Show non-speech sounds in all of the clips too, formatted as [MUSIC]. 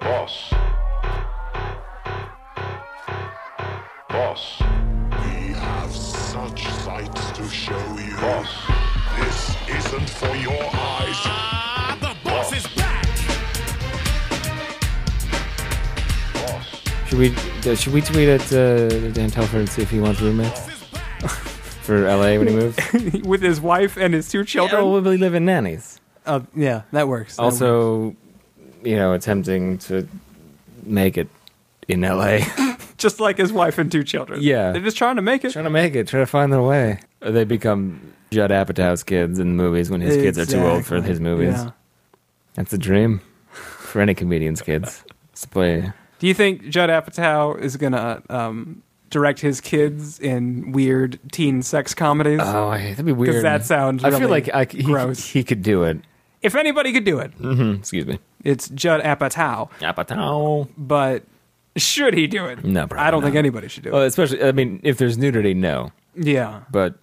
Boss. Boss. We have such sights to show you. Boss. This isn't for your eyes. Ah, the boss is back. Boss. Should we uh, should we tweet at uh, Dan Telford and see if he wants roommates [LAUGHS] for LA when he [LAUGHS] moves? with his wife and his two children. oh, we live in nannies. Uh, yeah, that works. That works. Also, you know, attempting to make it in [LAUGHS] LA, just like his wife and two children. Yeah. they're just trying to make it. trying to make it, trying to find their way. Or Uh, they become Judd Apatow's kids in the movies when his kids are too old for Exactly. his movies. Yeah. That's a dream for any comedian's kids. To play Do you think Judd Apatow is gonna um, direct his kids in weird teen sex comedies? Oh, I- that'd be weird. that sounds I feel really like I, c- he, gross. he could do it. if anybody could do it, Mm-hmm. Excuse me. it's Judd Apatow. Apatow. But should he do it? No, probably I don't not. think anybody should do Well, it. especially, I mean, if there's nudity, no. Yeah, But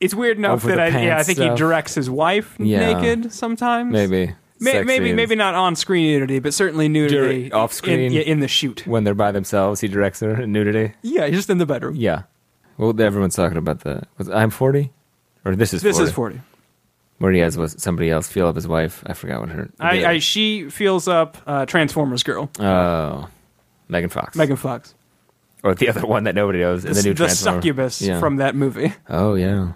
it's weird enough Over that the I, yeah, I pants think he stuff. directs his wife Yeah. naked sometimes. maybe. May- sex maybe scenes. maybe not on screen nudity, but certainly nudity During- off screen? in, yeah, in the shoot. When they're by themselves, he directs her in nudity. Yeah, just in the bedroom. Yeah. Well, everyone's talking about the. Was, I'm 40? Or this is 40. This is forty. Where he has was somebody else feel up his wife. I forgot what her. I, the- I she feels up uh, Transformers girl Oh. Megan Fox. Megan Fox, Or the other one that nobody knows. the, in the new the Transformer. succubus Yeah. from that movie. Oh, yeah.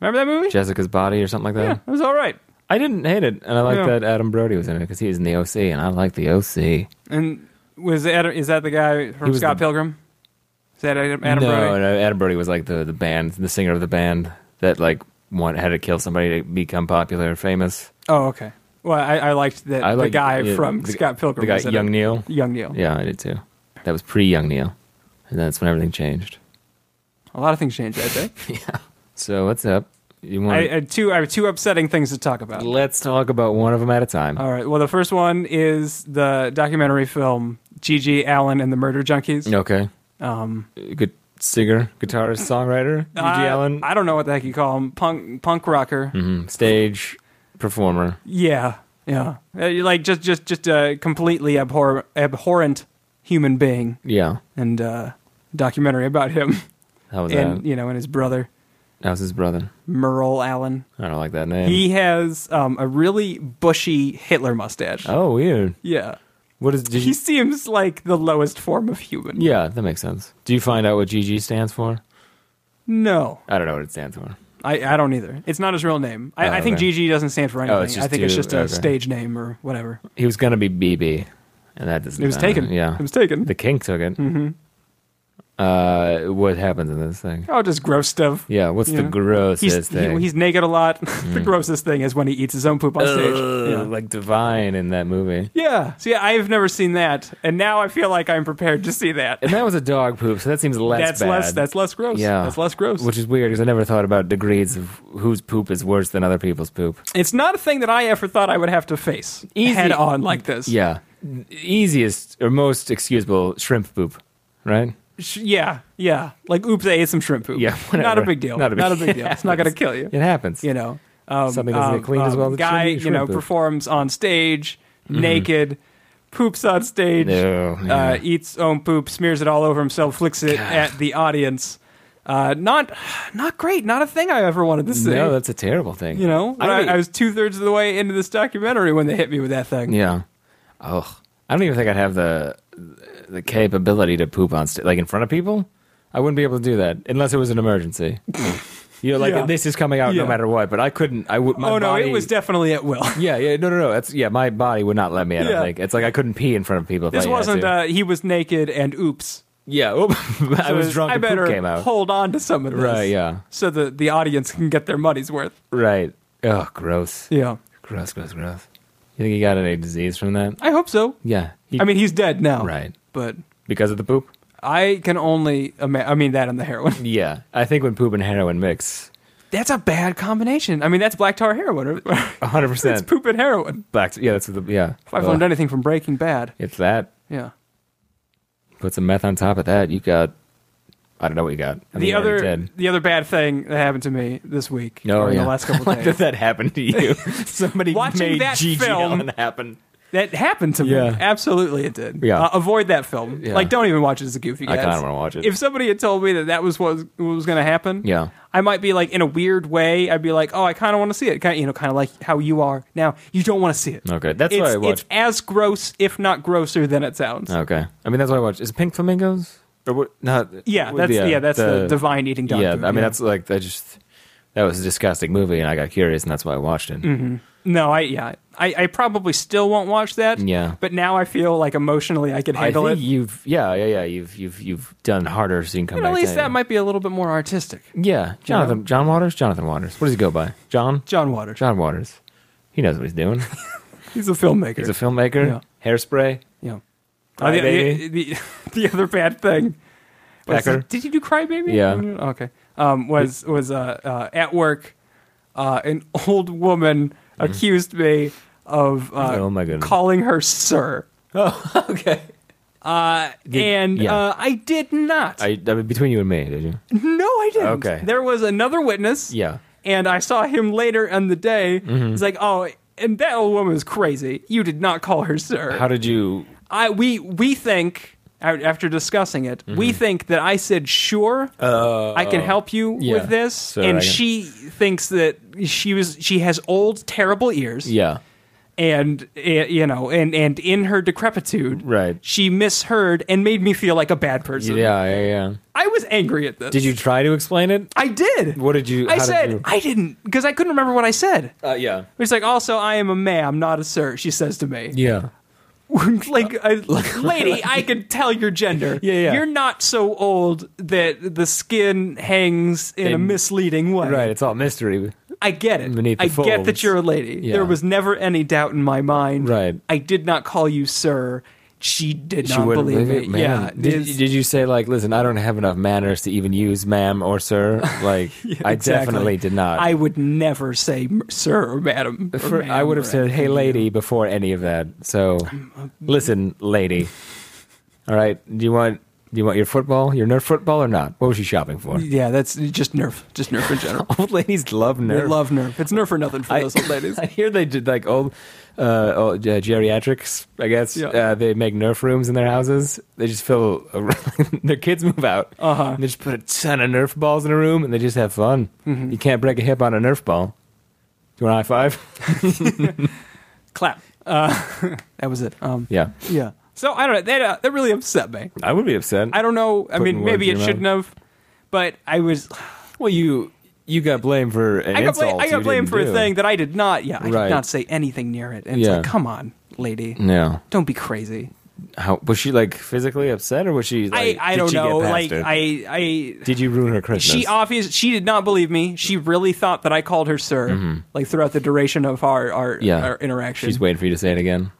Remember that movie? Jessica's Body or something like that? yeah, it was all right. I didn't hate it, and I like Yeah. that Adam Brody was in it because he was in the OC, and I like the OC. And was that, is that the guy He from was Scott the- Pilgrim? Is that Adam, Adam no, Brody? no, Adam Brody was like the the band, the singer of the band that like want, had to kill somebody to become popular and famous. Oh, okay. Well, I, I liked that I the like- guy yeah, from the- Scott Pilgrim. the guy was in Young it. Neil. Young Neil. Yeah, I did too. That was pre Young Neil, and that's when everything changed. A lot of things changed that [LAUGHS] day. So what's up? You want? I, I had two I have two upsetting things to talk about. let's talk about one of them at a time. All right. Well, the first one is the documentary film Gigi Allen and the Murder Junkies. okay. Um, good singer, guitarist, songwriter, G.G. Uh, I- Allen, I don't know what the heck you call him. Punk punk rocker. Mm, stage performer. Yeah. Yeah. Uh, you're Like just just just a completely abhor- abhorrent human being Yeah, and uh documentary about him how was and that? you know and his brother That was his brother. Merle Allen. I don't like that name. He has um, a really bushy Hitler mustache. oh, weird. Yeah. What is? Did He you, seems like the lowest form of human. yeah, that makes sense. Do you find out what GG stands for? No. I don't know what it stands for. I, I don't either. It's not his real name. I, Oh, I think okay. Oh, GG doesn't stand for anything. it's I just think it's two- just a okay. stage name or whatever. He was gonna be BB, and that doesn't. It was uh, taken. Yeah, It was taken. the king took it. Mm-hmm. Uh, what happens in this thing? oh, just gross stuff. Yeah, what's the Yeah. grossest He's, he- thing? Mm. he's naked a lot. [LAUGHS] the grossest thing is when he eats his own poop on stage. Ugh, Yeah. like divine in that movie. yeah. So yeah, I've never seen that, and now I feel like I'm prepared to see that. And that was a dog poop, so that seems less That's bad. less. That's less gross. yeah, That's less gross. Which is weird because I never thought about degrees of whose poop is worse than other people's poop. it's not a thing that I ever thought I would have to face Easy. head on like this. Yeah, easiest or most excusable shrimp poop, right? Sh- yeah, yeah. Like, oops, I ate some shrimp poop. Yeah, not a whatever. big deal. Not a big- [LAUGHS] deal. It's not gonna kill you. It happens. you know um, Something doesn't get um, cleaned as um, well, it guy shouldn't be you know shrimp. performs on stage naked poops on stage No, Mm-hmm. yeah. uh, eats own poop smears it all over himself flicks it at the audience uh, not not great not a thing i ever wanted to see No, that's a terrible thing. you know I I, don't e- I was two-thirds of the way into this documentary when they hit me with that thing yeah. Oh, I don't even think I'd have the the capability to poop on st- like in front of people. I wouldn't be able to do that unless it was an emergency. you know, like Yeah. this is coming out Yeah. no matter what. But I couldn't. I would. My oh no body, it was definitely at [LAUGHS] will yeah, yeah, no, no, no. That's yeah. My body would not let me. I don't Yeah. think it's like I couldn't pee in front of people. If this I had wasn't to. uh, he was naked and oops yeah, oop. [LAUGHS] I So was drunk. I and poop better came out. hold on to some of this, Right, yeah. So that the audience can get their money's worth. Right. Oh, gross. Yeah, Gross. Gross. Gross. You think he got any disease from that? I hope so. Yeah. He- I mean, he's dead now. Right. But because of the poop. I can only ima- I mean that and the heroin. [LAUGHS] Yeah, I think when poop and heroin mix, That's a bad combination. I mean, that's black tar heroin. [LAUGHS] hundred it's percent poop and heroin. black. Yeah, that's what the yeah. If I've Ugh. learned anything from Breaking Bad, It's that. yeah. Put some meth on top of that. You got. I don't know what you got. I mean, The you're already other dead. the other bad thing that happened to me this week No, or in yeah. [LAUGHS] the last couple I like days. [LAUGHS] that that happened to you. Somebody Watching made that GG film- Allen happen. That happened to me. Yeah. Absolutely, it did. Yeah. Uh, avoid that film. Yeah. Like, don't even watch it as a goofy guy. I kinda wanna watch it. If somebody had told me that that was what was, what was going to happen, Yeah. I might be like, in a weird way, I'd be like, oh, I kind of want to see it. Kind of, you know, kind of like how you are now. You don't want to see it. Okay, that's it's, why I Uh, It's watched. as gross, if not grosser, than it sounds. Okay, I mean that's why I watched. Is it Pink Flamingos or what? No, Yeah, what- that's yeah, that's the, divine eating doctor. Yeah, I mean that's like I just that was a disgusting movie, and I got curious, and that's why I watched it. Mm-hmm. no, I yeah, I, I probably still won't watch that. Yeah. but now I feel like emotionally I could I handle think it. you've yeah yeah yeah you've you've you've done harder so you can come But back. at least to that might be a little bit more artistic. yeah Jonathan John Waters Jonathan Waters what does he go by John John Waters, John Waters he knows what he's doing [LAUGHS] he's a filmmaker. he's a filmmaker hairspray yeah. Cry Uh, the, the, Baby. the, [LAUGHS] the other bad thing. Was, Pecker. did you do Crybaby? Yeah. Okay. Um, was was uh, uh, at work, uh, an [LAUGHS] old woman accused me of uh, Mm-hmm. Oh, my goodness. calling her sir. okay and yeah. uh, I did not. I, I mean, between you and me [LAUGHS] did you no, I didn't. Okay. There was another witness. yeah Mm-hmm. And I saw him later in the day. He's like, oh, and that old woman was crazy. You did not call her sir. how did you I we we think a- after discussing it, Mm-hmm. we think that I said sure. I can help you Oh. yeah, with this, sir, and I can- she thinks that she was she has old terrible ears. yeah and uh, you know, and and in her decrepitude, Right. she misheard and made me feel like a bad person. yeah yeah yeah I was angry at this. did you try to explain it I did. What did you- I how did said you- I didn't because I couldn't remember what I said. uh, yeah It's like also I am a ma'am, not a sir. She says to me, yeah like, I, lady, I can tell your gender. [LAUGHS] Yeah, yeah. You're not so old that the skin hangs in a In- misleading way. right it's all mystery I get it. Beneath the I get that folds. you're a lady. Yeah. There was never any doubt in my mind. Right. I did not call you sir. She did she not wouldn't believe believe it. it man Yeah. did, it's- did you say like listen I don't have enough manners to even use ma'am or sir [LAUGHS] like I [LAUGHS] exactly. definitely did not I would never say m- sir or madam. or For, I ma'am would have or said, "Hey, anything. lady," before any of that. So, listen, lady. All right, do you want do you want your football, your Nerf football, or not? What was she shopping [LAUGHS] for? Yeah, that's just nerf. Just nerf in general. Old ladies love [LAUGHS] Nerf. They love nerf. It's nerf or nothing for I, those old ladies. [LAUGHS] I hear they did like old, uh, old uh, geriatrics. I guess Yeah. uh, they make Nerf rooms in their houses. They just fill. [LAUGHS] A, their kids move out. Uh-huh. and They just put a ton of Nerf balls in a room, and they just have fun. Mm-hmm. You can't break a hip on a Nerf ball. Do you want a high five? [LAUGHS] Clap. Uh, [LAUGHS] that was it. Um, Yeah, Yeah. So I don't know. That uh, that really upset me. I would be upset. I don't know. I Putting mean, words maybe in it your shouldn't have, but I was. [SIGHS] Well, you you got blamed for an I got, bla- insult. I got you blamed didn't for a do. thing that I did not. Yeah, I Right. did not say anything near it. And Yeah. it's like, come on, lady, No. don't be crazy. How was she like physically upset, or was she? I Like, I did don't she get know. past Like it? I I. did you ruin her Christmas? She obvious. She did not believe me. She really thought that I called her sir, like throughout the duration of our our, Mm-hmm. yeah. our interaction. She's waiting for you to say it again.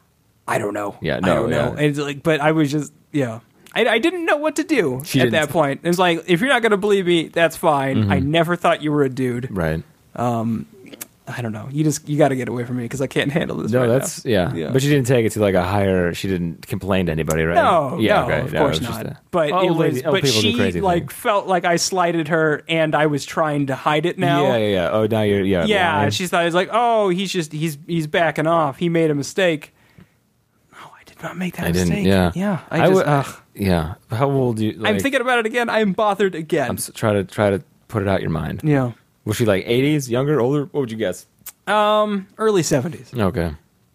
I don't know. Yeah, I no, don't know. yeah. It's like, but I was just, yeah, I, I didn't know what to do She at didn't- Mm-hmm. that point. It was like, if you're not gonna believe me, that's fine. I never thought you were a dude. Right. I don't know. You just you got to get away from me because I can't handle this. No, right that's now. yeah. Yeah. But she didn't take it to like a higher. She didn't complain to anybody, right? No, no, Yeah. okay. of no, course it was not. just a- but Oh, it was, lady- oh, but people do she crazy like things. felt like I slighted her, and I was trying to hide it now. Yeah, yeah, yeah. Oh, now you're yeah. Yeah, lying. she thought it was like, oh, he's just he's he's backing off. He made a mistake. No, I did not make that I didn't. mistake. Yeah. yeah. I, I just, would- ugh. yeah. How old do you? Like, I'm thinking about it again. I'm bothered again. I'm s- try to try to put it out your mind. yeah, Was she like 80s, younger, older? What would you guess? early '70s. Okay.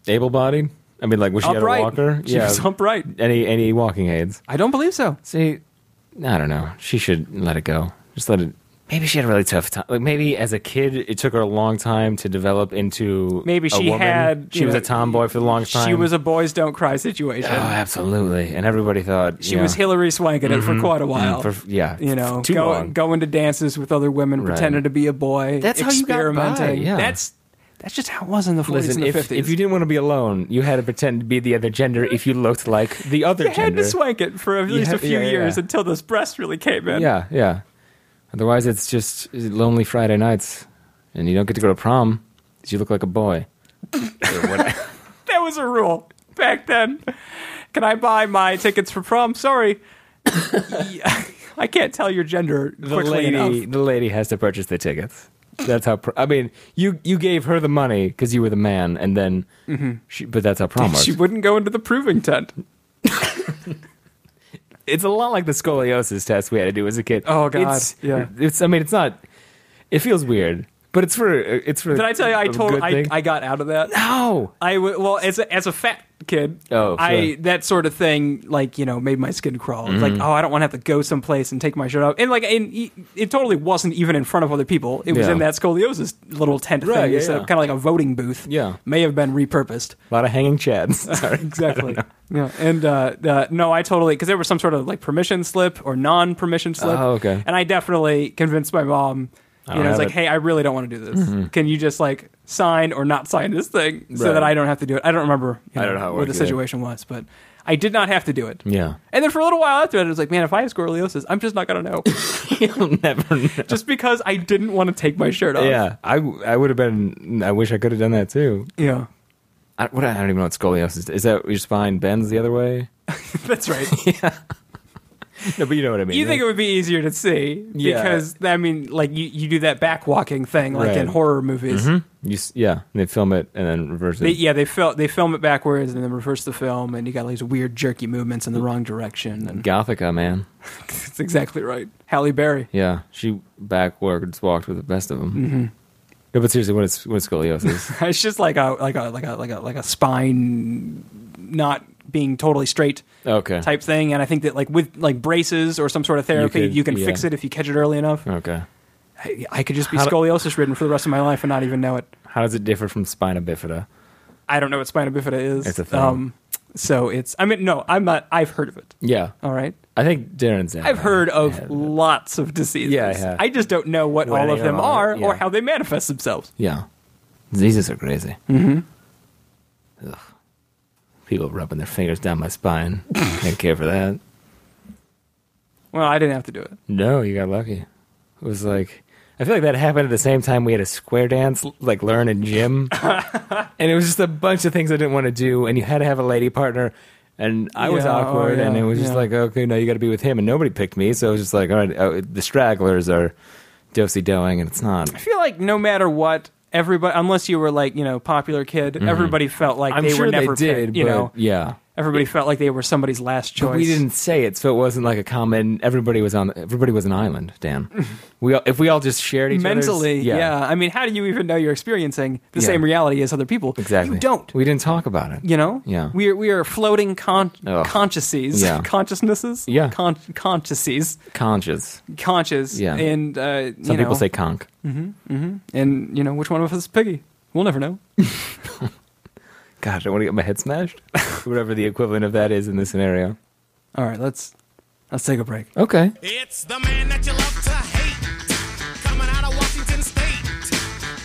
Able bodied? I mean, like, was she upright. had a walker? She was upright. Any any walking aids? I don't believe so. See, I don't know. She should let it go. Just let it. Maybe she had a really tough time. Like maybe as a kid, it took her a long time to develop into. Maybe a she woman. had, She you was know, a tomboy for the longest time. She was a boys don't cry situation. Oh, absolutely. And everybody thought she was Hillary swanking it Mm-hmm. Mm, for quite a while. For, yeah, you know, too go, long. going to dances with other women, Right. pretending to be a boy. That's how you got experimenting. by, yeah. That's that's just how it was in the forties Listen, and the if, fifties. if you didn't want to be alone, you had to pretend to be the other gender if you looked like the other You had gender. to swank it for at You least had- a few yeah, yeah, years yeah. until those breasts really came in. Yeah, yeah. Otherwise, it's just lonely Friday nights, and you don't get to go to prom 'cause you look like a boy. [LAUGHS] That was a rule back then. Can I buy my tickets for prom? [LAUGHS] Sorry. I can't tell your gender The quickly lady, enough. the lady has to purchase the tickets. that's how. Pr- I mean, you you gave her the money because you were the man, and then Mm-hmm. she. But that's how prom works. She wouldn't go into the proving tent. it's a lot like the scoliosis test we had to do as a kid. Oh, God. It's, Yeah. It's. I mean, it's not. It feels weird, but it's for. It's for. Did I tell you I a told good I, thing. I got out of that? no. I w- well as a, as a fat kid, Oh, I sure. Mm-hmm. that sort of thing like you know made my skin crawl. It's like oh I don't want to have to go someplace and take my shirt off, and like and e- it totally wasn't even in front of other people. It was Yeah. in that scoliosis little tent Right, thing, yeah, yeah. kind of like a voting booth. Yeah. may have been repurposed. A lot of hanging chads. [LAUGHS] Sorry. Exactly. Yeah, and uh, uh, no, I totally because there was some sort of like permission slip or non-permission slip. Oh, okay. And I definitely convinced my mom. You don't know, it's have like, it. Mm-hmm. hey, I really don't want to do this. Can you just like sign or not sign this thing so Right. that I don't have to do it? I don't remember. you I don't know how it what the worked, yeah. situation was, but I did not have to do it. yeah. And then for a little while after that, it was like, man, if I have scoliosis, I'm just not gonna know, [LAUGHS] You'll never know. [LAUGHS] just because I didn't want to take my shirt off. Yeah, I, I would have been. I wish I could have done that too. yeah, [LAUGHS] I, what I don't even know what scoliosis is. Is that your spine bends the other way? that's right. No, but you know what I mean. You think it would be easier to see Yeah. because I mean, like you, you do that back walking thing, like in Right. Mm-hmm. horror movies. You s- yeah, and they film it and then reverse it. They, yeah, they film they film it backwards and then reverse the film, and you got like these weird jerky movements in the wrong direction. And Gothica, man. that's exactly right. Halle Berry. [LAUGHS] Yeah, she backwards walked with the best of them. Mm-hmm. No, but seriously, what is what is [LAUGHS] scoliosis? It's just like a like a like a like a like a spine not being totally straight okay, type thing. And I think that like with like braces or some sort of therapy, you, could- can yeah. fix it if you catch it early enough. okay. I, I could just be How do- scoliosis ridden for the rest of my life and not even know it. How does it differ from spina bifida? I don't know what spina bifida is. Um, It's a thing. so it's. I mean, no, I'm not. I've heard of it. Yeah, All right. I think Darren's. I've heard of lots of diseases. Yeah, I have. I just don't know what What all they of them are, are or yeah. how they manifest themselves. Yeah, diseases are crazy. Mm-hmm. Ugh. People rubbing their fingers down my spine. I didn't care for that. Well, I didn't have to do it. No, you got lucky. It was like I feel like that happened at the same time we had a square dance like learn [LAUGHS] in gym. and it was just a bunch of things I didn't want to do and you had to have a lady partner and I was Yeah, oh, awkward and yeah, it was just yeah. like okay, no you got to be with him and nobody picked me so it was just like all right, oh, the stragglers are dosey doing and it's not I feel like no matter what, everybody, unless you were like, you know, popular kid, everybody felt like Mm-hmm. I'm they sure were never they did, picked, you but know, yeah. everybody felt like they were somebody's last choice. But we didn't say it, so it wasn't like a common. Everybody was on. Everybody was an island, [LAUGHS] Dan. We all, if we all just shared each other's- mentally. Yeah. I mean, how do you even know you're experiencing the Yeah. same reality as other people? exactly. You don't. We didn't talk about it. You know, Yeah. we are we are floating con- Ugh. consciouses, Yeah. [LAUGHS] consciousnesses, Yeah. con- consciouses, conscious. conscious, Yeah. and uh, Some you know, people say conch. and you know which one of us is Piggy. We'll never know. God, I want to get my [LAUGHS] head smashed. Whatever the equivalent of that is in this scenario. All right, let's let's take a break. Okay. It's the man that you love to hate. Coming out of Washington State.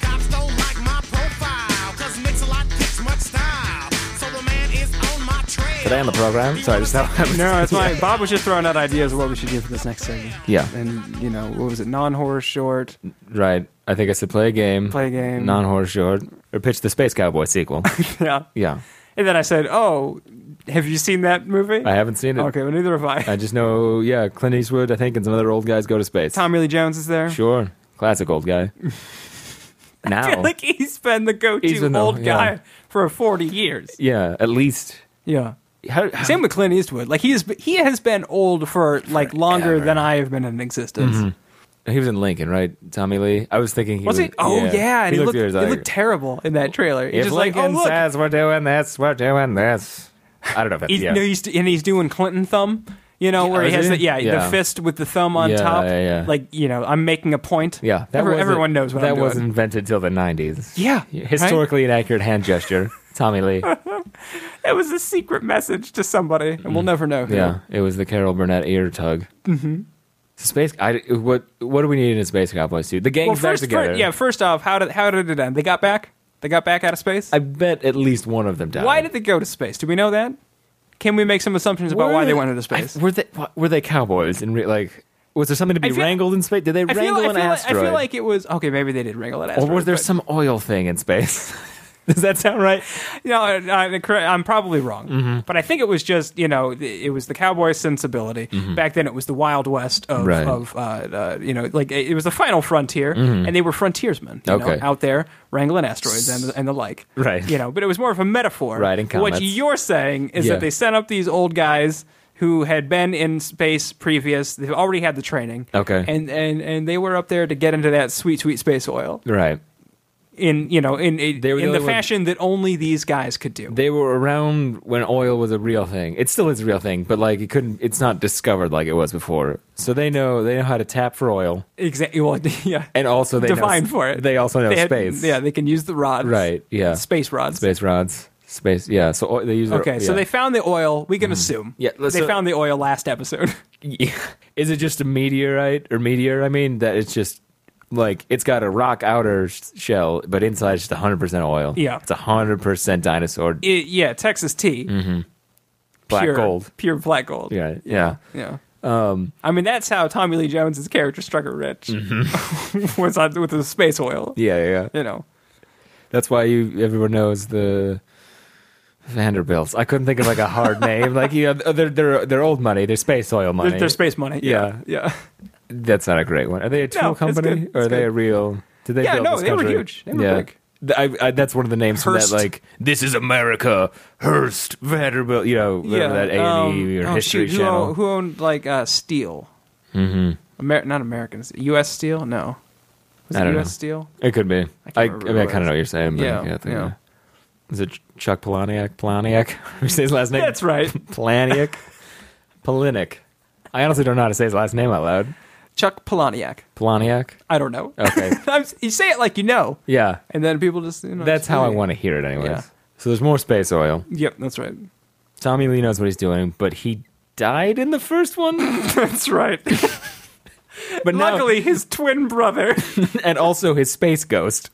Cops don't like my profile. Cause Mix-a-Lot gets much style. So the man is on my trail. Today on the program. Sorry, just how I was- No, it's fine. Bob was just throwing out ideas of what we should do for this next segment. Yeah. and you know what was it? Non-horror [LAUGHS] short. Right. I think I said play a game. Play a game. Non horror short. Or pitch the Space Cowboy [LAUGHS] sequel. yeah, yeah. and then I said, "Oh, have you seen that movie?" I haven't seen it. Okay, well neither have I. I just know, yeah, Clint Eastwood, I think, and some other old guys go to space. Tom Lee Jones is there. Sure. Classic old guy. [LAUGHS] now. I [LAUGHS] feel like he's been the go-to He's been the- old guy yeah. for 40 years. yeah, at least. Yeah. How, how- Same with Clint Eastwood. Like he has been, he has been old for like longer Forever. than I have been in existence. he was in Lincoln, right? Tommy Lee? I was thinking he Was was. he? Oh yeah, and he, looked, good as he I- looked terrible in that trailer. He's If just like, Lincoln oh look, says we're doing this, we're doing this. I don't know if that's he's, yeah. no, he's, and he's doing Clinton thumb. You know where Oh, he is has he? the yeah, Yeah. the fist with the thumb on Yeah, top. yeah, yeah. Like you know, I'm making a point. yeah, that Every- wasn't- everyone knows what that I'm doing. was invented till the nineties. Yeah, historically inaccurate hand gesture, [LAUGHS] [LAUGHS] Tommy Lee. It was a secret message to somebody, and we'll never know. Who. Mm. Yeah, it was the Carol Burnett ear tug. Mm-hmm. Space. I, what what do we need in a space cowboy suit? The gang's Well, back first, together. fir- yeah. First off, how did how did it end? They got back. They got back out of space. I bet at least one of them died. Why did they go to space? Do we know that? Can we make some assumptions about Were why they went into I- space? were they what- were they cowboys? And re, like, was there something to be I feel- wrangled in space? Did they I feel, wrangle I, an feel like, I asteroid? feel like it was okay. Maybe they did wrangle that or asteroid. was there but- some oil thing in space? [LAUGHS] Does that sound right? you know, I, I, correct- I'm probably wrong, Mm-hmm. but I think it was just you know th- it was the cowboy sensibility back then. It was the Wild West of, Mm-hmm. Right. Mm-hmm. of uh, uh, you know like it it was the final frontier, and they were frontiersmen you Okay. know, out there wrangling asteroids and, and the like, Right. You know, but it was more of a metaphor. Riding what comets. you're saying is Yeah. that they sent up these old guys. Who had been in space previous? They've already had the training, Okay. and and and they were up there to get into that sweet, sweet space oil Right. in you know in in, They were the in the only one- fashion that only these guys could do. They were around when oil was a real thing. It still is a real thing, but like it couldn't. It's not discovered like it was before. So they know they know how to tap for oil, Exactly. Well, [LAUGHS] yeah. and also they know- Defined for it. They also know They had- space. yeah, they can use the rods. Right, yeah. Space rods. Space rods. Space. Yeah. So o- they use. their- Okay, so yeah. Mm-hmm. they found the oil. We can assume. Yeah, they let's- so- found the oil last episode. [LAUGHS] Yeah. Is it just a meteorite or meteor? I mean, that it's just like it's got a rock outer sh- shell, but inside it's just 100% oil. Yeah. It's 100% dinosaur It- yeah, Texas tea. Mm-hmm. black pure, gold. Pure black gold. Yeah. Yeah. Yeah. Um, I mean, that's how Tommy Lee Jones's character struck it rich. [LAUGHS] was on, with the space oil. Mm-hmm. Yeah. Yeah. yeah. You know. That's why you everyone knows the Vanderbilts. I couldn't think of like a [LAUGHS] hard name. Like, yeah, they're, they're, they're old money. They're space oil money. Their, their space money. Yeah. Yeah. That's not a great one. Are they a tool No, it's company good. or are It's they good. a real? Did they? Yeah, build no, this they were country? huge. They were big. Th- I, I, that's one of the names for that. Hearst. Like this is America, Hearst, Vanderbilt. You know, whatever that A and E um, or oh, History shoot, who Channel. Owned, who owned like uh, Steel? Mm-hmm. Amer- not Americans. U.S. Steel? No. Was I it don't U.S. know. Steel? it could be. can't I, I, remember mean, I who kind of it know what you're saying. But Yeah, I think, yeah. Is it Ch- Chuck Palahniuk? Palahniuk? [LAUGHS] Who says his last name? That's right. [LAUGHS] [LAUGHS] Palahniuk. Palinic. I honestly don't know how to say his last name out loud. Chuck Palahniuk. Palahniuk. I don't know. Okay. [LAUGHS] I'm, you say it like you know, Yeah, and then people just you know. that's just- how I want to hear it, anyways. Yeah. So there's more space oil. Yep, that's right. Tommy Lee knows what he's doing, but he died in the [COUGHS] first one. [LAUGHS] That's right. [LAUGHS] But now- Luckily, his twin brother. and also his space ghost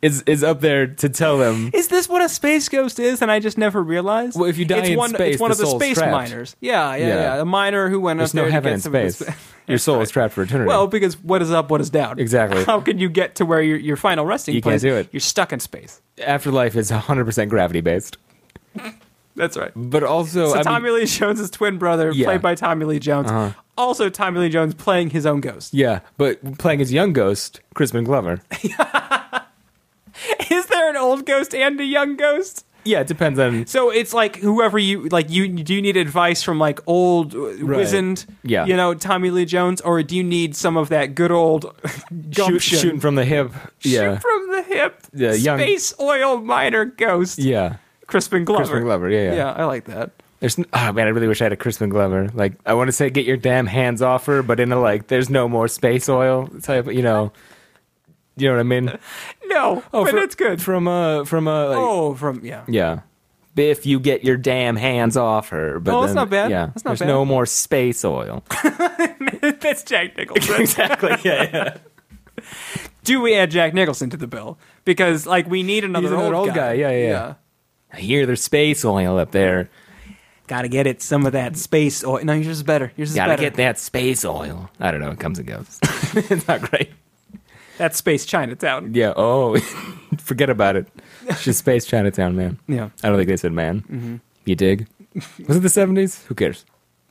is is up there to tell them. [LAUGHS] is this what a space ghost is? And I just never realized. Well, if you die it's in one, space, it's one the of the soul's space trapped. miners. Yeah, yeah, Yeah. yeah, A miner who went There's up there no to heaven get in some of the [LAUGHS] space. spa- [LAUGHS] Your soul is trapped for eternity. Well, because what is up, what is down. Exactly. How can you get to where your, your final resting You can't place? do it. You're stuck in space. afterlife is 100% gravity based. That's right. But also, So I mean, Tommy Lee Jones' twin brother, Yeah. Uh-huh. played by Tommy Lee Jones. Also, Tommy Lee Jones playing his own ghost. yeah, but playing his young ghost, [LAUGHS] Crispin Glover. Is there an old ghost and a young ghost? Yeah, it depends on. So it's like whoever you like. You do you need advice from like old, uh, wizened, Yeah. you know, Tommy Lee Jones, or do you need some of that good old [LAUGHS] gumption? Shoot, shooting from the hip. Yeah. Shoot from the hip, Yeah, young- space oil miner ghost, yeah. Crispin Glover. Crispin Glover, yeah, yeah. yeah, I like that. There's n- oh man, I really wish I had a Crispin Glover. Like I want to say, get your damn hands off her, but in a like, there's no more space oil type. You know, you know what I mean? No, but fro- it's good. Oh, From uh, from uh, like, oh, from yeah. Yeah. Biff, you get your damn hands off her. But Oh, that's then- not bad. Yeah, That's not there's bad. no more space oil. [LAUGHS] That's Jack Nicholson. [LAUGHS] exactly. Yeah, yeah. Do we add Jack Nicholson to the bill? Because like we need another, another old, old guy. Yeah, yeah, yeah. I hear there's space oil up there. Gotta get it some of that space oil. No, yours is better. Yours is Gotta better. get that space oil. I don't know. It comes and [LAUGHS] goes. it's not great. That's space Chinatown. Yeah. Oh, [LAUGHS] forget about it. It's just space Chinatown, man. Yeah. I don't think they said man. You dig? Mm-hmm. [LAUGHS] Was it the 70s? Who cares?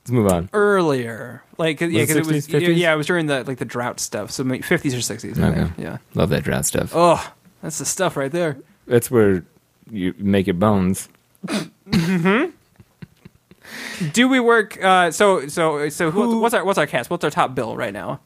Let's move on. Earlier, like yeah, it because it, 60s, was 50s? yeah, it was during the like the drought stuff. So fifties or sixties. Okay. Yeah. Love that drought stuff. Oh, that's the stuff right there. That's where you make your bones. Do we work? Uh, so so so who, what's our what's our cast? What's our top bill right now?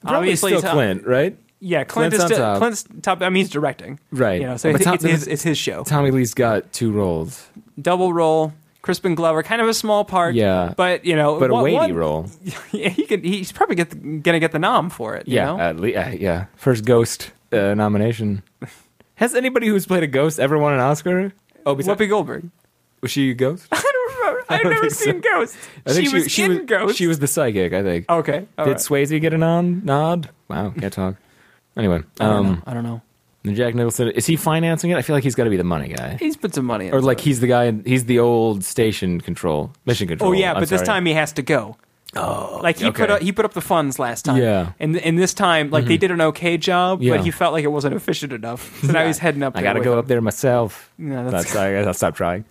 Probably still Tom- Clint, right? Yeah, Clint Clint's on is still, top. Clint's top. I mean, he's directing, uh, Right. You know, so But it's, Tom- it's his, it's his show. Tommy Lee's got two roles. double role. Crispin Glover, kind of a small part, Yeah. but you know, but one- a weighty one- role. [LAUGHS] Yeah, he could. He's probably get the, gonna get the nom for it. you Yeah, know? at le- uh, yeah. First Ghost uh, nomination. [LAUGHS] Has anybody who's played a ghost ever won an Oscar? Oh, besides, Whoopi [LAUGHS] Goldberg. was she [LAUGHS] a ghost? I don't remember. I've don't never think so. seen Ghost. I think she, was in was, Ghost. Oh, She was the psychic, I think. okay. all Did right. Swayze get a nod? Nod? Wow, can't talk. Anyway, I don't um, know. I don't know. Jack Nicholson is he financing it? I feel like he's got to be the money guy, He's put some money in. or like he's the guy. In, he's the old station control, mission control. oh yeah, I'm but this sorry. time he has to go. Oh, like he put okay. up, he put up the funds last time. Yeah. Mm-hmm. and and this time like they did an okay job, Yeah. but he felt like it wasn't efficient enough. [LAUGHS] So now he's heading up. I there gotta with go him. up there myself. Yeah, No, that's- that's, I, I'll stop trying.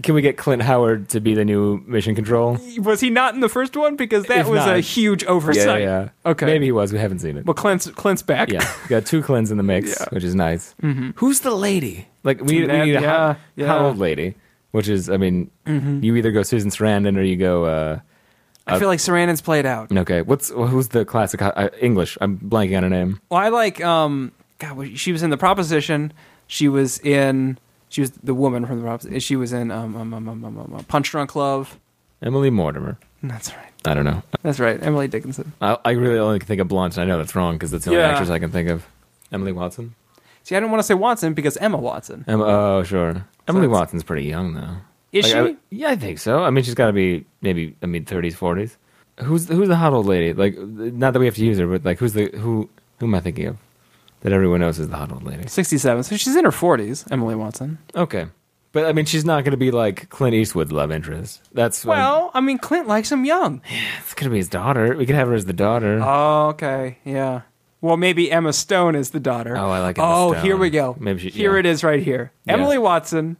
Can we get Clint Howard to be the new Mission Control? Was he not in the first one? Because that If was a not- huge oversight. Okay. Maybe he was. We haven't seen it. Well, Clint's Clint's back. [LAUGHS] yeah, we got two Clint's in the mix, Yeah. which is nice. Who's the lady? Like we need, That- we need yeah, a hot, yeah. Mm-hmm. hot old lady, which is I mean, you either go Susan Sarandon or you go. uh I feel like Sarandon's played out. Okay, what's who's the classic hot, uh, English? I'm blanking on her name. Well, I like um God. what- She was in the proposition. She was in. She was the woman from the proposition. She was in um, um, um, um, um, um, um, Punch Drunk [LAUGHS] Love. Emily Mortimer. That's right. I don't know. That's right. Emily Dickinson. I, I really only can think of Blanche, and I know that's wrong because that's the only Yeah. actress I can think of. Emily Watson. See, I didn't want to say Watson because Emma Watson. Em- oh, sure. Emily that's- Watson's pretty young though. Is Like, I- she? yeah, I think so. I mean, she's got to be maybe I mean thirties, forties. Who's who's the hot old lady? Like, not that we have to use her, but like, who's the who? Who am I thinking of? That everyone knows is the hot old lady. 67. So she's in her 40s, Emily Watson. Okay, but I mean, she's not going to be like Clint Eastwood's love interest. That's what I'm- Well, I mean, Clint likes him young. it's going to be his daughter. We could have her as the daughter. Oh, okay. Yeah. Well, maybe Emma Stone is the daughter. Oh, I like Emma Oh, Stone. here we go. Maybe she- here yeah. it is right here. Yeah. Emily Watson,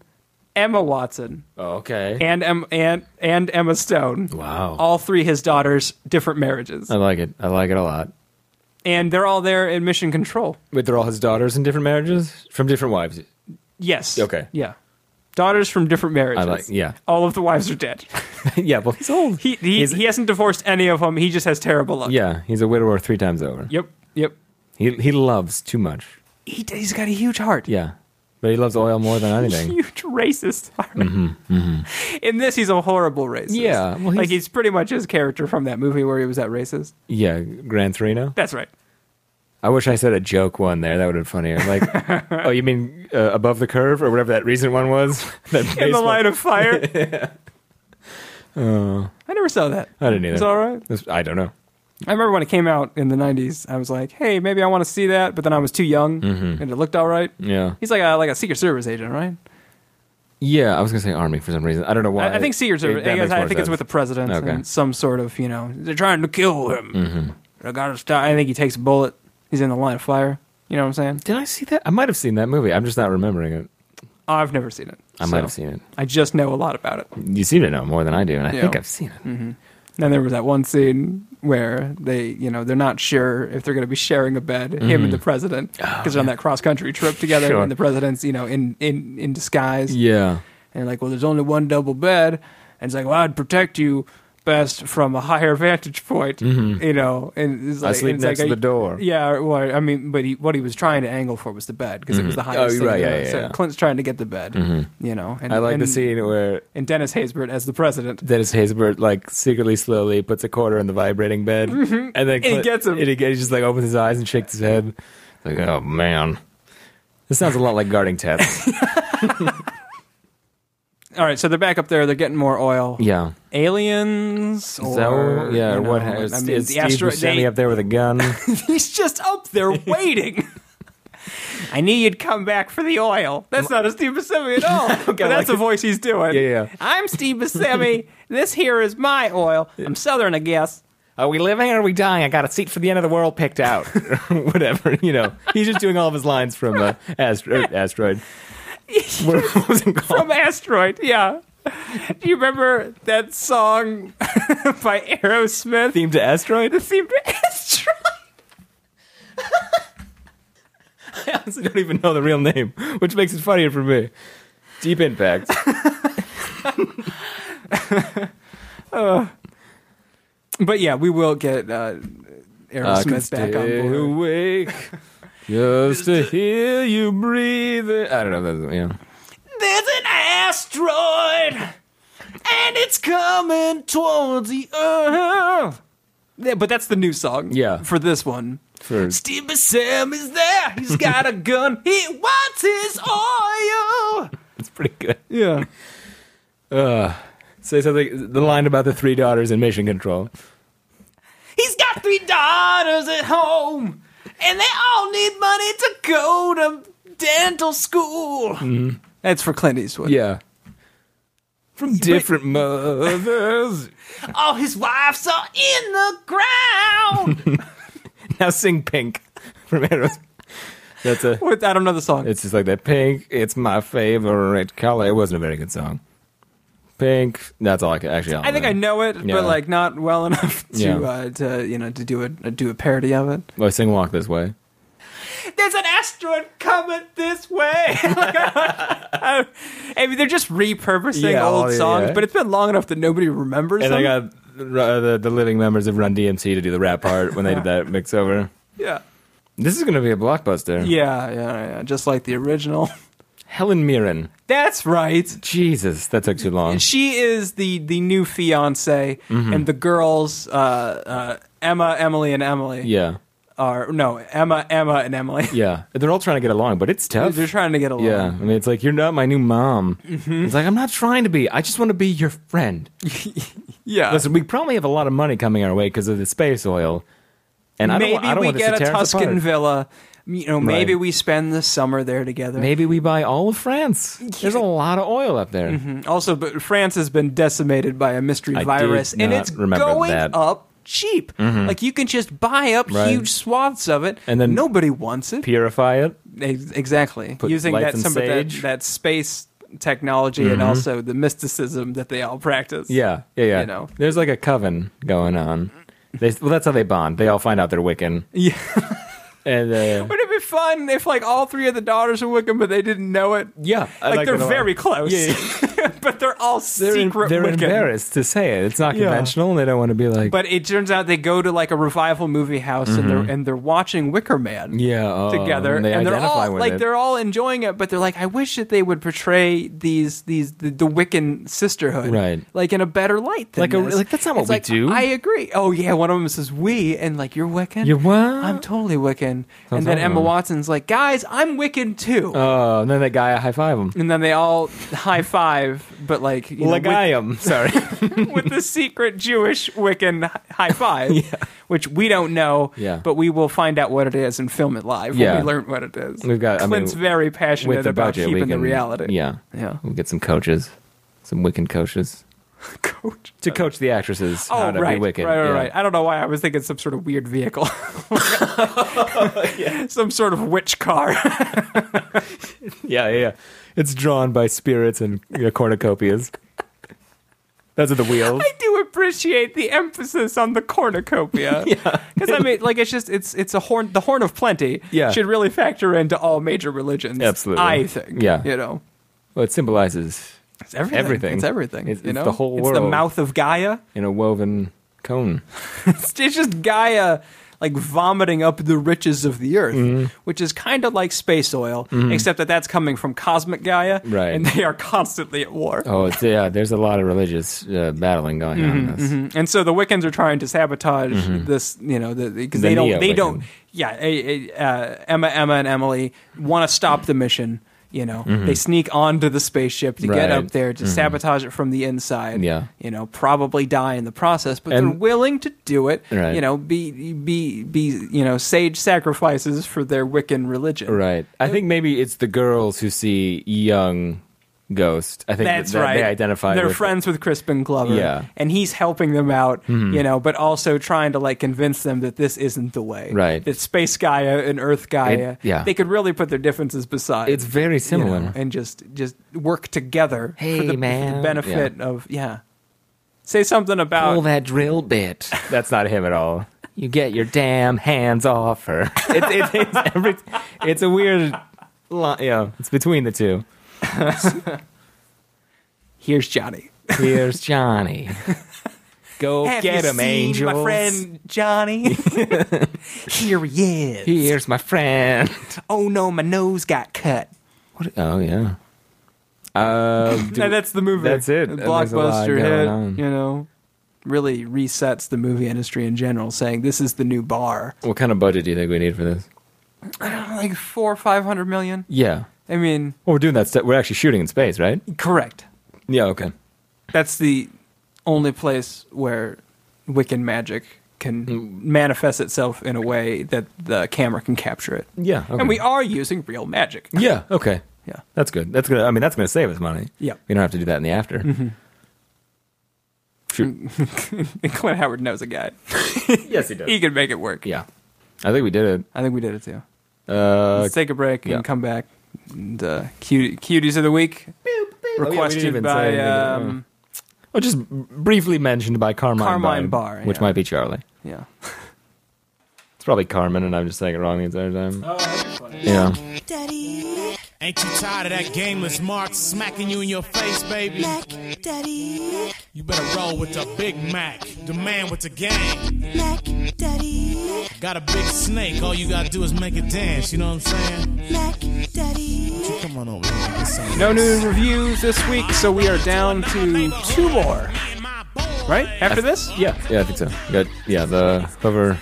Emma Watson, Oh, okay. and, em- and, and Emma Stone. wow. All three his daughters, different marriages. I like it. I like it a lot. and they're all there in mission control. Wait, they're all his daughters in different marriages from different wives. Yes. Okay. Yeah. Daughters from different marriages. like- yeah. All of the wives are dead. [LAUGHS] yeah, well, he's old. He he, He's- he hasn't divorced any of them. He just has terrible luck. yeah, he's a widower three times over. Yep. Yep. He he loves too much. He, he's got a huge heart. Yeah, but he loves oil more than anything. [LAUGHS] Huge racist heart. In this, he's a horrible racist. Mm-hmm, Yeah, well, like he's- he's pretty much his character from that movie where he was that racist. yeah, Gran Torino. That's right. I wish I said a joke one there. That would have been funnier. Like, [LAUGHS] oh, you mean uh, above the curve or whatever that recent one was? [LAUGHS] that In the baseball- line of [LAUGHS] fire. I never saw that. Uh, I didn't either. It's all right. It's- I don't know. I remember when it came out in the '90s. I was like, "Hey, maybe I want to see that," but then I was too young, Mm-hmm. and it looked all right. Yeah, He's like a like a Secret Service agent, right? yeah. I was gonna say army for some reason. I don't know why. I, I think Secret Service. that I, guess, makes I more think it's sense. with the president Okay. and some sort of you know they're trying to kill him. Mm-hmm. I gotta stop. I think he takes a bullet. He's in the line of fire. You know what I'm saying? Did I see that? I might have seen that movie. I'm just not remembering it. I've never seen it. I might have seen Mm. it. I just know a lot about it. You seem to know more than I do, and I Yeah. Mm. think I've seen it. Then there was that one scene where they, you know, they're not sure if they're going to be sharing a bed, him and the president, because they're on that cross country trip together, Mm. Oh, Sure. and the president's, you know, in in in disguise. Yeah. And like, well, there's only one double bed. And it's like, well, I'd protect you best from a higher [LAUGHS] vantage point, you know. And it's Mm-hmm. I like, sleep it's next like, to I- the door. Yeah, well, I mean, but he, what he was trying to angle for was the bed because it was the highest. Oh, thing right, in the- yeah, yeah, so yeah. Mm-hmm. Clint's trying to get the bed, you know. And, I like and, the scene where And Dennis Haysbert as the president. Dennis Haysbert like secretly, slowly puts a quarter in the vibrating bed, Mm-hmm. and then he gets him. And he, he just like opens his eyes and shakes his head. Like, oh man, this sounds a lot like guarding tats. All right, so they're back up there. They're getting more oil. [LAUGHS] yeah. Aliens or So yeah, you or what? know, has I I mean, the Steve asteroid- Buscemi they- up there with a gun? He's just up [LAUGHS] there waiting. I knew you'd come back for the oil. That's not a Steve Buscemi at [LAUGHS] all. but that's the voice he's doing. Yeah, yeah. I'm Steve Buscemi. [LAUGHS] this here is my oil. I'm Southern, I guess. [LAUGHS] are we living or are we dying? I got a seat for the end of the world picked [LAUGHS] out. Whatever, you know. He's just doing all of his lines from uh, Astro- [LAUGHS] asteroid. what what was it called? From asteroid. Yeah. Do you remember that song [LAUGHS] by Aerosmith? Theme to asteroid. The theme to asteroid. I honestly don't even know the real name, which makes it funnier for me. Deep Impact. But yeah, we will get uh, Aerosmith back on board. awake [LAUGHS] just to hear you breathing. I don't know. That's, yeah. There's an asteroid, and it's coming towards the Earth. Yeah, but that's the new song. Yeah. For this one. For, Steve Sam is there. He's got a gun. He wants his oil. it's pretty good. Yeah. Say something. The line about the three daughters in Mission Control. He's got three daughters at home, and they all need money to go Mm-hmm. to dental school. That's for Clint Eastwood. Yeah. from Different mothers. [LAUGHS] All his wives are in the [LAUGHS] ground. now sing Pink [LAUGHS] from Aerosmith. That's a. What- I don't know the song. It's just like that. Pink, it's my favorite color. It wasn't a very good song. Pink. That's all I could actually. all I think I know it, Yeah. but like not well enough to Yeah. uh, to you know to do a do a parody of it. Well, sing Walk This Way. There's an asteroid coming this way. [LAUGHS] Like, I, I mean, they're just repurposing Yeah, oh, old yeah, songs, yeah. but it's been long enough that nobody remembers And them. I got uh, the, the living members of Run DMC to do the rap part when they [LAUGHS] did that mix over. yeah, This is going to be a blockbuster. yeah, yeah, yeah, just like the original. [LAUGHS] Helen Mirren. That's right. Jesus, that took too long. She is the the new fiance, Mm-hmm. and the girls, uh, uh, Emma, Emily, and Emily Yeah. are no Emma, Emma, and Emily. Yeah. They're all trying to get along, but it's [LAUGHS] tough. They're trying to get Mm-hmm. along. yeah. I mean, it's like, you're not my new mom. It's like, I'm not trying to be. I just want to be your friend. yeah. Listen, we probably have a lot of money coming our way because of the space oil. And I maybe don't, I don't we want this get to a tear us Tuscan apart. villa. You know, maybe Right. we spend the summer there together. Maybe we buy all of France. There's a lot of oil up there. Mm-hmm. Also, but France has been decimated by a mystery I did virus, and not it's remember going that. Mm-hmm. up cheap. Like you can just buy up Right. huge swaths of it, And then- nobody wants it. Purify it. Ex- exactly, Put using lights that and some of that, sage. Mm-hmm. that space technology and also the mysticism that they all practice. Yeah, yeah, yeah. You know. There's like a coven going on. They, well, that's how they bond. They all find out they're Wiccan. Yeah. [LAUGHS] And uh, Wouldn't it be fun if like all three of the daughters were Wiccan, but they didn't know it? yeah, I like, like they're it a lot. very close, Yeah, [LAUGHS] but they're all They're, in- secret they're Wiccan. embarrassed to say it. It's not Yeah. conventional, and they don't want to be like. But it turns out they go to like a revival movie house and they're and they're watching Wicker Man Mm-hmm. yeah, oh, together, and they are identify all with like it. they're all enjoying it, but they're like, I wish that they would portray these these the, the Wiccan sisterhood Right. like in a better light. Than Like a- this. like, that's not what It's we like, do. I agree. Oh yeah, one of them says we, and like you're Wiccan. You're what? I'm totally Wiccan. Sounds and then like Emma one. Watson's like, guys, I'm Wiccan too. Oh, and then that guy high five him. and then they all high five, but like you know, Like with- I [LAUGHS] am. Sorry. with the secret Jewish Wiccan hi- high [LAUGHS] five, which we don't know, Yeah. but we will find out what it is and film it live Yeah. when we learn what it is. We've got- I mean, Clint's very passionate With the about budget, we keeping the can, reality. Yeah, [LAUGHS] yeah. We'll get some coaches, some Wiccan coaches [LAUGHS] Coach. to coach the actresses how Oh to right, be Wiccan. right, right, yeah. right. I don't know why I was thinking some sort of weird [LAUGHS] vehicle, [LAUGHS] some sort of witch car. [LAUGHS] Yeah, yeah, yeah. It's drawn by spirits and you know, cornucopias. Those are the wheels. I do appreciate the emphasis on the [LAUGHS] cornucopia. Because I mean, like it's just it's it's a horn. The horn of plenty Yeah. should really factor into all major religions. Absolutely. I think. Yeah. you know, Well, it symbolizes, it's everything. Everything. It's everything. It's- you it's know? the whole It's the world. mouth of Gaia. [LAUGHS] you know, woven cone. It's, it's just Gaia like vomiting up the riches of the earth, Mm-hmm. which is kind of like space oil, except that that's coming from cosmic Gaia, Right. And they are constantly at war. Oh, it's, yeah. There's a lot of religious uh, battling going on. Mm-hmm, In this. And so the Wiccans are trying to sabotage this, you know, because the, 'cause Mm-hmm. The they don't, Neo they Wiccan. don't, yeah. eh, eh, uh, Emma, Emma, and Emily want to stop the mission. You know, they sneak onto the spaceship to get Mm-hmm. Right. Mm-hmm. up there to sabotage it from the inside. Yeah. you know, probably die in the process, but they're And- willing to do it. Right. You know, be be be you know, sage sacrifices for their Wiccan religion. Right. I think maybe it's the girls who see young ghost. I think That's that- that right. They identify. They're with- friends with Crispin Glover. Yeah. Mm-hmm. and he's helping them out, you know, but also trying to like convince them that this isn't the way. Right. That space Gaia and Earth Gaia. It- yeah. They could really put their differences beside. It's very similar. and just just work together Hey, for, the, for the man. benefit of yeah. Say something about Pull that drill bit. That's not him at all. You get your damn hands off her. It's, it's, it's, every, it's a weird. li- Yeah, it's between the two. here's Johnny. Here's [LAUGHS] Johnny. Go Have get you him, seen angels. my friend [LAUGHS] Johnny? Here he is. Here's my friend. [LAUGHS] Oh no, my nose got cut. What? Oh yeah. Uh, No, that's the movie. That's it. The And there's a lot blockbuster going hit. on. You know, really resets the movie industry in general, saying this is the new bar. [LAUGHS] what kind of budget do you think we need for this? Like four or five hundred million. Yeah. I mean, Well, we're doing that. St- we're actually shooting in space, right? correct. Yeah. Okay. That's the only place where Wiccan magic Hmm. can manifest itself in a way that the camera can capture it. Yeah. Okay. And we are using real magic. Yeah. Okay. Yeah. That's good. That's good. I mean, that's going to save us money. Yeah. We don't have to do that in the after. Shoot. And [LAUGHS] Clint Howard knows a guy. [LAUGHS] yes, he does. He can make it work. yeah, I think we did I think we did it too. it. Uh, Let's take a break yeah. and come back. And, uh, cute, cuties of the week we didn't requested even say by anything, yeah. um, oh, just briefly mentioned by Carmine, Carmine Barr, which yeah. might be Charlie. yeah. It's probably Carmen, and I'm just saying it wrong the entire time. Oh, yeah. Daddy Ain't you tired of that gameless mark smacking you in your face, baby? Mac, Daddy You better roll with the Big Mac, the man with the game. Mac, Daddy Got a big snake, all you gotta do is make it dance, you know what I'm saying? Mac, Daddy Come on over here, get some of No new reviews this week, so we are down to two more. me and my boy. Right after this, Yeah, yeah, I think so. We got yeah, the whoever,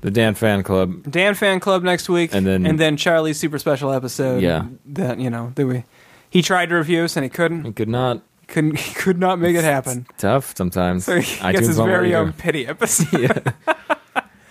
the Dan fan club. Dan Fan Club next week, And then- and then Charlie's super special episode. Yeah. that you know that we he tried to review us and he couldn't Could not couldn't [LAUGHS] he could not make it happen. tough sometimes. So he gets his won't let very you. own pity [LAUGHS] episode.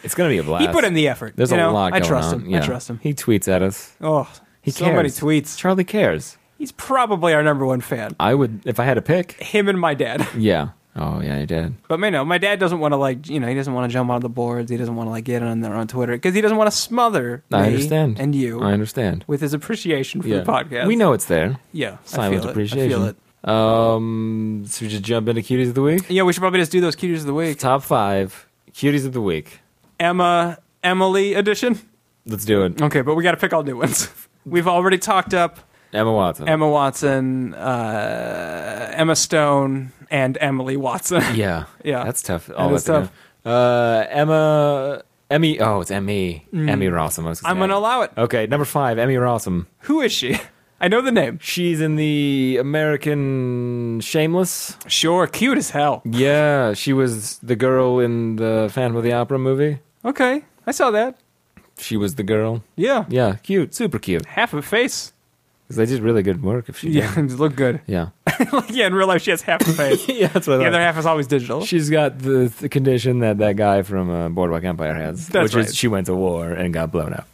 It's gonna be a blast. He put in the effort. There's you know? a lot. I going trust on. him. Yeah. I trust him. He tweets at us. oh, He so cares. many tweets. Charlie cares. He's probably our number one fan. I would if I had a pick. Him and my dad. [LAUGHS] Yeah. Oh yeah, you did. But you know, my dad doesn't want to like you know he doesn't want to jump onto the boards. He doesn't want to like get on there on Twitter because he doesn't want to smother I me understand. and you I understand. with his appreciation for yeah. the podcast. We know it's there. yeah, Silent I feel appreciation. It. I feel it. Um, so we just jump into cuties of the week. Yeah, we should probably just do those cuties of the week. Top five cuties of the week. Emma Emily edition. Let's do it. Okay, but we got to pick all new ones. [LAUGHS] We've already talked up Emma Watson. Emma Watson, uh, Emma Stone, and Emily [LAUGHS] Watson. Yeah, Yeah. that's tough. That All is that's tough. Uh, Emma, Emmy. Oh, it's Emmy. Emmy Rossum. I was I'm gonna allow it. Okay, number five, Emmy Rossum. Who is she? I know the name. She's in the American Shameless. Sure, cute as hell. Yeah, she was the girl in the Phantom of the Opera movie. Okay, I saw that. She was the girl. Yeah, Yeah, cute, super cute. half a face. Because they did really good work. If she, [LAUGHS] Yeah, did. it look [LAUGHS] good. yeah, yeah, in real life, she has half a [LAUGHS] face. yeah, that's what The I other thought. half is always digital. She's got the, the condition that that guy from uh, Boardwalk Empire has, That's which right. is she went to war and got [LAUGHS] blown up.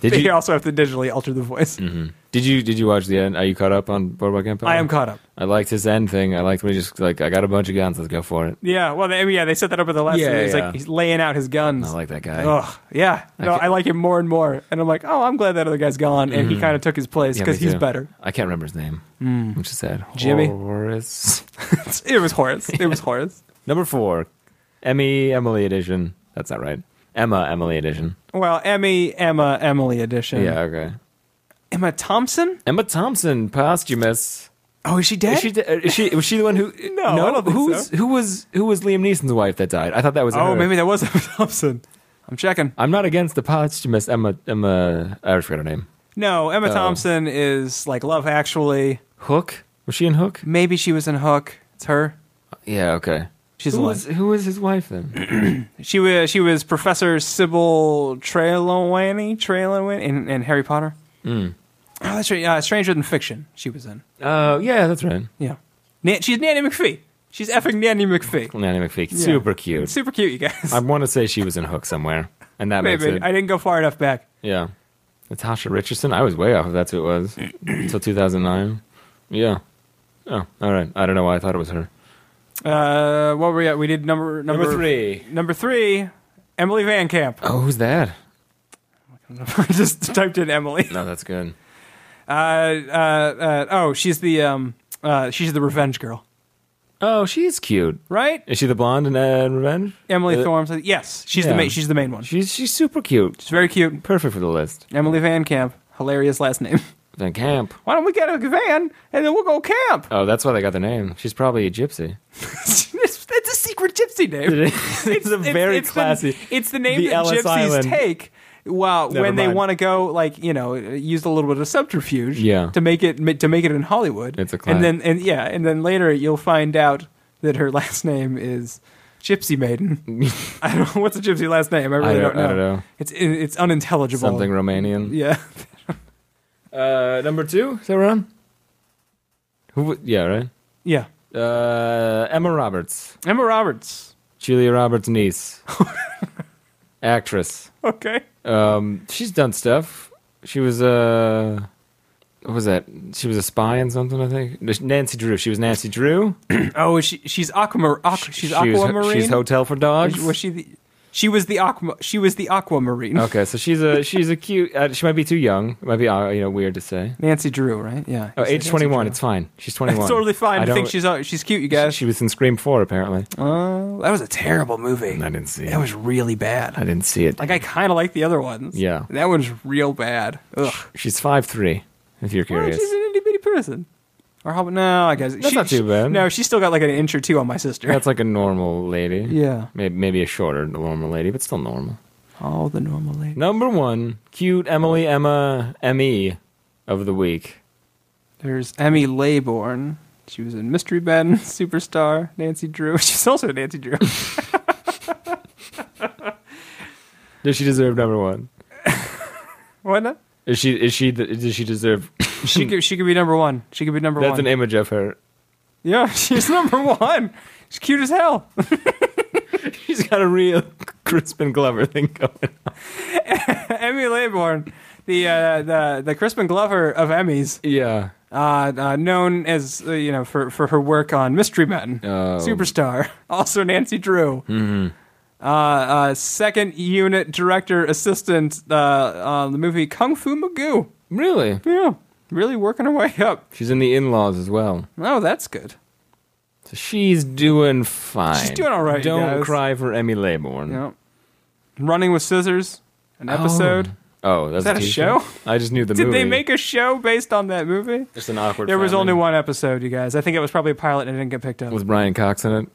Did But you you also have to digitally alter the voice. Mm-hmm. Did you did you watch the end? Are you caught up on Boardwalk Empire? I am caught up. I liked his end thing. I liked when he just like I got a bunch of guns. Let's go for it. Yeah, well, they, yeah, they set that up at the last. Yeah, Yeah, he's yeah. like he's laying out his guns. I like that guy. Ugh, yeah. No, can't- I like him more and more, and I'm like, oh, I'm glad that other guy's gone, and he kind of took his place Mm-hmm. Yeah, because me he's too. better. Hmm. I can't remember his name, which is sad. Jimmy? Horace. [LAUGHS] it was Horace. It was Horace. Number four, Emmy Emily edition. That's not right. Emma Emily edition. Well, Emmy, Emma, Emily edition. Yeah, okay. Emma Thompson. Emma Thompson, posthumous. Oh, is she dead? Is she, is she was she the one who? [LAUGHS] No, I don't think who's so. who was who was Liam Neeson's wife that died? I thought that was. oh, her. maybe that was Emma Thompson. I'm checking. I'm not against the posthumous Emma Emma. I forgot her name. No, Oh. Emma Thompson is like Love Actually. Hook. Was she in Hook? Maybe she was in Hook. It's her. Yeah. Okay. She's who the was who was his wife then? She was she was Professor Sybil Trelawney, Trelawney in, in Harry Potter. Hmm. Mm. Oh, that's right. Uh, Stranger Than Fiction. She was in. Oh yeah, that's right. Uh, Yeah, Na- she's Nanny McPhee. She's effing Nanny McPhee. Nanny McPhee, super cute. Super cute, you guys. [LAUGHS] I want to say she was in Hook somewhere, and that makes Maybe it. I didn't go far enough back. yeah, Natasha Richardson. I was way off if that's who it was until 2009. Yeah. Oh, all right. I don't know why I thought it was her. Uh, what were we at? We did number number, three. Number three, Emily Van Camp. [LAUGHS] Oh, who's that? Just typed in Emily. No, that's good. Uh, uh, uh, oh, she's the um, uh, she's the revenge girl, Oh, she's cute. right? Is she the blonde in uh, Revenge? Emily Uh, Thorne. Yes, she's the yeah. main. She's the main one. She's she's super cute. She's very cute. Perfect for the list. Emily Van Camp. Hilarious last name. [LAUGHS] Van Camp. Why don't we get a van and then we'll go camp? [LAUGHS] Oh, that's why they got the name. She's probably a gypsy. [LAUGHS] it's, it's a secret gypsy name. it's, a very [LAUGHS] it's classy. The, it's the name the that Ellis gypsies Island. take well, Never when they mind. want to go, like you know, use a little bit of subterfuge, Yeah. to make it to make it in Hollywood. It's a clan. and then and yeah, and then later you'll find out that her [LAUGHS] last name is Gypsy [LAUGHS] Maiden. I don't know what's a gypsy last name. I really don't- know. I don't know. It's it's unintelligible. Something Romanian. Yeah. [LAUGHS] Uh, number two, is that wrong? Who? w- Yeah, right. Yeah. Uh, Emma Roberts, Emma Roberts. Julia Roberts' [LAUGHS] niece, actress. Okay. Um, she's done stuff. She was uh, what was that? She was a spy in something, I think. Nancy Drew. She was Nancy Drew. Oh, is she, she's aquamar. Aqu- she's she was- aquamarine. She's Hotel for Dogs. Was, was she the? She was the aqua. She was the aquamarine. Okay, so she's [LAUGHS] a she's a cute. Uh, she might be too young. It might be uh, you know weird to say. Nancy Drew, right? Yeah. Oh, You said age Nancy twenty one. Drew. It's fine. She's twenty one. It's totally fine. I, think she's uh, she's cute, you guys. She was in Scream four apparently. Uh, that was a terrible movie. I didn't see it. That was really bad. I didn't see it. Like I kind of like the other ones. Yeah. That one's real bad. Ugh. she's five three. If you're Well, curious. Oh, she's an itty bitty person. Or how? No, I guess That's not too bad. no, she's still got like an inch or two on my sister. That's like a normal lady. [LAUGHS] Yeah. Maybe, maybe a shorter normal lady, but still normal. all the normal lady. Number one, cute Emily Emma M.E. of the week. There's Emmy Laybourne. She was in Mystery Men, [LAUGHS] Superstar, Nancy Drew. [LAUGHS] She's also Nancy Drew. Does she deserve number one? Why not? Is she, is she, the, does she deserve, She [LAUGHS] could, she could be number one. She could be number Hmm. that's one. an image of her. yeah, [LAUGHS] she's number one. She's cute as hell. [LAUGHS] She's got a real [LAUGHS] Crispin Glover thing going. Emmy Laybourne, the uh, the the Crispin Glover of Emmys, Yeah. uh, uh, known as uh, you know for, for her work on Mystery Men, Oh. Mm-hmm. Superstar, [LAUGHS] also Nancy Drew, uh, uh, second unit director assistant uh, on the movie Kung Fu Magoo. Really? Yeah, really working her way up. She's in the in-laws as well. Oh, that's good. So she's doing fine. She's doing all right, you Don't guys. cry for Emmy Laybourne. Yeah, Running with Scissors, an episode. Oh, that's Is that a TV show? I just knew the Did movie. they make a show based on that movie? Just an awkward There was family. only one episode, you guys. I think it was probably a pilot and it didn't get picked up. with Brian Cox in it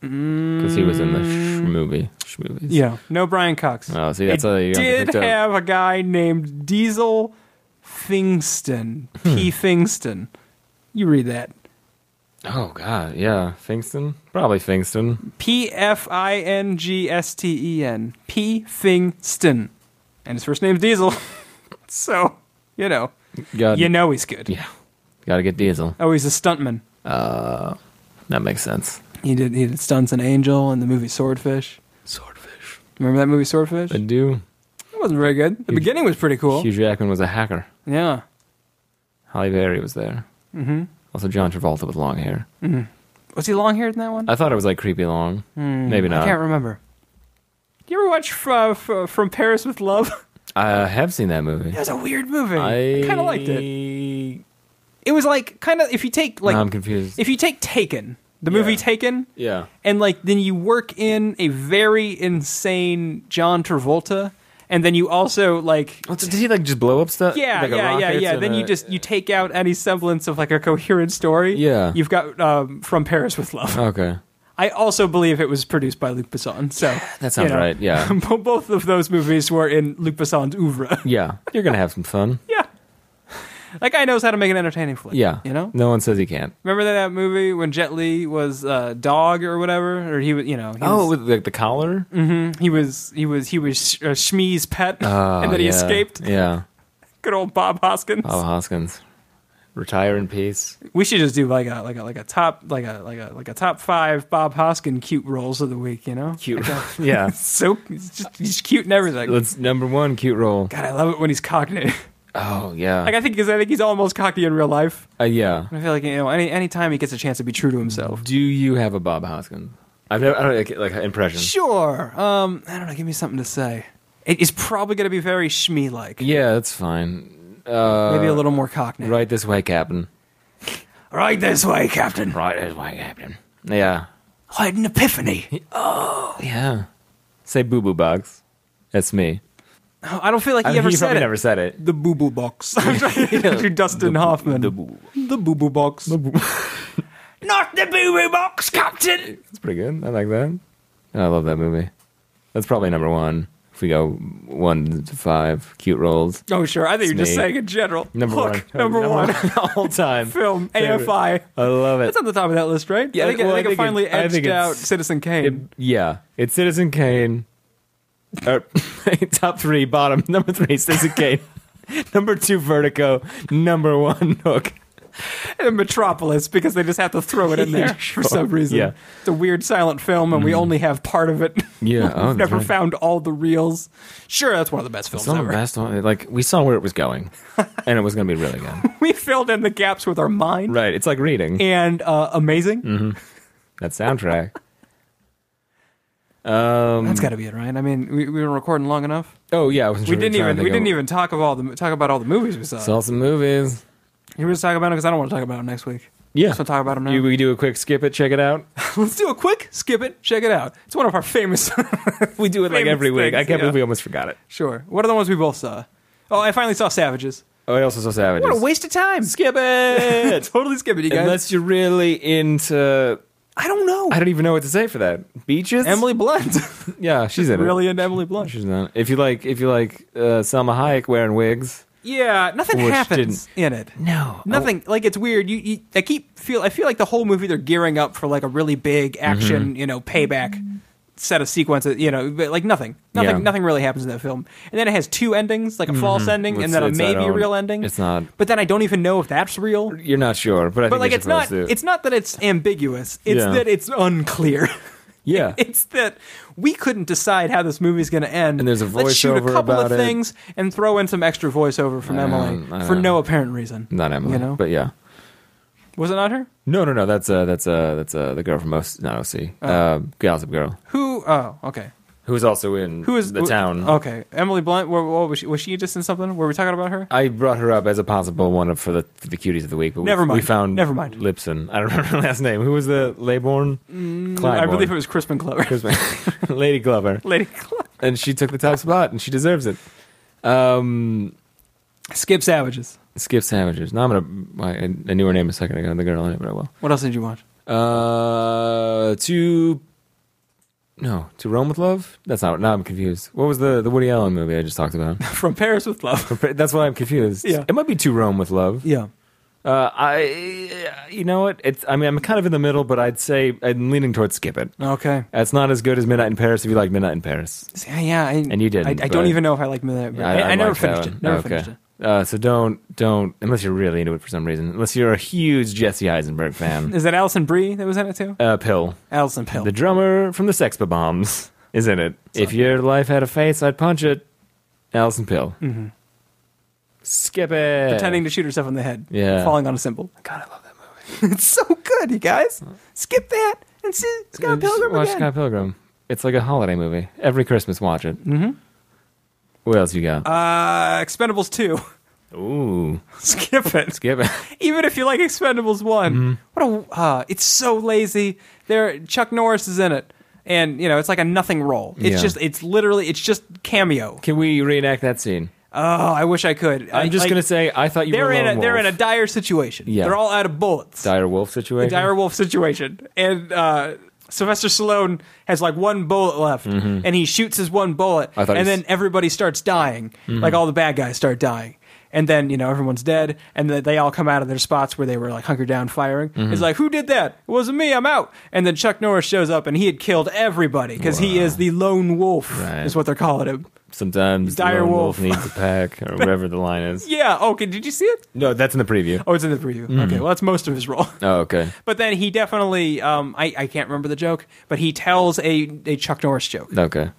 because he was in the sh- movie. Sh- movies. Mm. Yeah, no Brian Cox. Oh, see, that's how you it got did picked up. have a guy named Diesel Thingston. Hmm. P. Thingston. You read that. Oh God, yeah, Fingston, probably Fingston. P. F. I. N. G. S. T. E. N. P. Thingston. And his first name's Diesel. [LAUGHS] so, you know, Got you know he's good. yeah, got to get Diesel. Oh, he's a stuntman. That makes sense. He did he did stunts in Angel and the movie Swordfish. Swordfish. Remember that movie Swordfish? I do. It wasn't very good. The beginning was pretty cool. Hugh Jackman was a hacker. Yeah. Halle Berry was there. Mm-hmm. Also, John Travolta with long hair. Was he long haired in that one? I thought it was like creepy long. Maybe Hmm, I not. can't remember. You ever watch uh, f- From Paris with Love? [LAUGHS] I uh, have seen that movie. That was a weird movie. I kind of liked it. It was like kind of if you take like Now I'm confused. if you take Taken, the movie Yeah. Taken, yeah. and like then you work in a very insane John Travolta, and then you also like Oh, so did he like just blow up stuff? yeah Like a yeah yeah rocket yeah. and Then you a- just you take out any semblance of like a coherent story. Yeah. you've got um, From Paris with Love. okay. I also believe it was produced by Luc Besson. So That sounds you know, right. Yeah. [LAUGHS] Bo- Both of those movies were in Luc Besson's oeuvre. [LAUGHS] yeah. You're gonna have some fun. yeah. That guy knows how to make an entertaining flick. Yeah. You know? No one says he can't. Remember that, that movie when Jet Li was uh, dog or whatever? Or he was, you know, he Oh, was, Mm-hmm. with like the collar. he was, he was, he was uh, Shmi's pet Oh, [LAUGHS] and then he yeah. escaped. Yeah. Good old Bob Hoskins. Bob Hoskins. Retire in peace. We should just do like a, like a, like a top, like a, like a, like a top five Bob Hoskins cute roles of the week, you know? [LAUGHS] Cute. yeah. So, he's just, he's cute and everything. Let's number one cute [LAUGHS] roll. God, I love it when he's [LAUGHS] cockney. Oh yeah. Like I think because I think he's almost cocky in real life. Uh, yeah. I feel like you know any any time he gets a chance to be true to himself. Do you have a Bob Hoskins? I've never. I don't like, like impression. Sure. Um, I don't know. Give me something to say. It is probably going to be very shmee like. Yeah, that's fine. Uh, Maybe a little more cockney. Right this way, Captain. Right this way, Captain. Right this way, Captain. Yeah. I had an epiphany. Yeah. Say boo boo box. That's me. Oh, I don't feel like he I mean, ever he said probably it. never said it. The boo boo [LAUGHS] box. I'm trying to do Dustin Hoffman. The boo. The boo boo box. [LAUGHS] Not the boo boo box, Captain. It's pretty good. I like that. I love that movie. That's probably number one. If we go one to five, cute roles. Oh sure. I think you're just me. saying in general. Number Look, one. [LAUGHS] Number one. all time. Film Favorite. AFI. I love [LAUGHS] it. That's on the top of that list, right? Yeah, I think, well, I I think it think it- finally I edged think it's- out Citizen Kane. It- yeah, it's Citizen Kane. Or, [LAUGHS] top three, [LAUGHS] bottom number three, Citizen Kane. number two, Vertigo. Number one, Hook. in Metropolis because they just have to throw it in [LAUGHS] there for some reason. Yeah. Mm. It's a weird silent film, and we only have part of it. Yeah, [LAUGHS] oh, We've that's never right. found all the reels. Sure, that's one of the best films It's not the ever. best one. Like we saw where it was [LAUGHS] going, and it was going to be really good. [LAUGHS] We filled in the gaps with our mind. [LAUGHS] Right. Mm-hmm. It's like reading And uh, amazing. that soundtrack. That's got to be it, right? I mean, we, we were recording long enough. Um, Oh yeah, I was We didn't even we didn't even talk of all the talk about all the movies we saw. saw some movies. you were just talking about them because I don't want to talk about them next week. Yeah. So talk about them now. You, we do a quick skip it, check it [LAUGHS] out. Let's do a quick skip it, check it out. It's one of our famous. [LAUGHS] We do it like Famous every week. things, I can't yeah. believe we almost forgot it. sure. What are the ones we both saw? Oh, I finally saw Savages. Oh, I also saw Savages. What a waste of time. Skip [LAUGHS] it. totally skip it, you guys. Unless you're really into, I don't know. I don't even know what to say for that. Beaches. Emily Blunt. Yeah, she's [LAUGHS] in really it. into Emily Blunt. She's not. If you like, if you like uh, Selma Hayek wearing wigs. Oh, Yeah, nothing Which happens in it. No. Nothing like it's weird. You, you, I keep feel. I feel like the whole movie they're gearing up for like a really big action, you know, payback set of sequences. You know, but like nothing, nothing, Yeah. nothing really happens in that film. And then it has two endings, like a false ending It's- and then a it's that maybe own- real ending. it's not- But then I don't even know if that's real. You're not sure, but I But think like you're it's not. supposed to. It's not that it's ambiguous. It's Yeah. that it's unclear. [LAUGHS] yeah. It's that we couldn't decide how this movie's going to end. And there's a Let's shoot a voiceover couple of about it. things and throw in some extra voiceover from I Emily don't for know. no apparent reason. not Emily, You know, but yeah. was it not her? No, no, no. That's uh, that's uh, that's uh, the girl from most not OC, Oh. uh, Gossip Girl, Who? Oh, okay. who's also in Who is oh. the wh- town. Okay, Emily Blunt. What, what was she? Was she just in something? Were we talking about her? I brought her up as a possible one of for the for the cuties of the week, but we- Never mind. We found Never mind. Lipson. I don't [LAUGHS] remember her last name. Who was the Layborn? Mm, I believe it was Crispin [LAUGHS] Glover. was Lady Glover, Lady Glover. and she took the top spot, and she deserves it. Um, Skip Savages. Skip sandwiches. Now I'm gonna. I, I knew her name a second ago. The girl in it, but I will. What else did you watch? Uh, to no, to Rome with Love. That's not. Now I'm confused. What was the the Woody Allen movie I just talked about? [LAUGHS] From Paris with Love. That's why I'm confused. Yeah. it might be to Rome with Love. yeah. Uh, I, you know what? It's. I mean, I'm kind of in the middle, but I'd say I'm leaning towards Skip It. Okay. It's not as good as Midnight in Paris. If you like Midnight in Paris, See, Yeah. I, And you didn't, I, I don't but- even know if I like Midnight. I, I, never liked that finished one. it. Never Okay. finished it. Uh, so don't don't unless you're really into it for some reason. Unless you're a huge Jesse [LAUGHS] Eisenberg fan. Is that Allison Brie that was in it too? uh, Pill. Allison Pill. The drummer from the Sex Bombs is in it. if your life had a face, I'd punch it. Allison Pill. Mm-hmm. Skip it. pretending to shoot herself in the head. Yeah. Falling on a symbol. God, I love that movie. [LAUGHS] it's so good, you guys. Skip that and see Scott Just Pilgrim Watch again. Scott Pilgrim. It's like a holiday movie. Every Christmas, watch it. Mm-hmm. What else you got? Uh, Expendables 2. Ooh, [LAUGHS] Skip it. skip it. [LAUGHS] Even if you like Expendables Mm-hmm. one What a. Uh, it's so lazy. There, Chuck Norris is in it. And, you know, it's like a nothing role. It's Yeah. just, it's literally, it's just cameo. Can we reenact that scene? Oh, I wish I could. I'm just gonna say I thought you They're were a in a lone they're in wolf. a dire situation. Yeah. They're all out of bullets. dire wolf situation. a dire wolf situation. And uh, Sylvester Stallone has like one bullet left, and he shoots his one bullet, Mm-hmm. I and thought Mm-hmm. he's- then everybody starts dying. Like all the bad guys start dying. And then you know everyone's dead, and th- they all come out of their spots where they were like hunkered down firing. Mm-hmm. It's like, who did that? It wasn't me. I'm out. And then Chuck Norris shows up, and he had killed everybody because he is the lone wolf, Right. is what they're calling him. Sometimes the Dire lone wolf. wolf. needs a pack or whatever the line [LAUGHS] is. Yeah. Okay. Did you see it? No, that's in the preview. Oh, it's in the preview. Mm-hmm. Okay. Well, that's most of his role. [LAUGHS] Oh, okay. But then he definitely, um, I, I can't remember the joke, but he tells a, a Chuck Norris joke. Okay.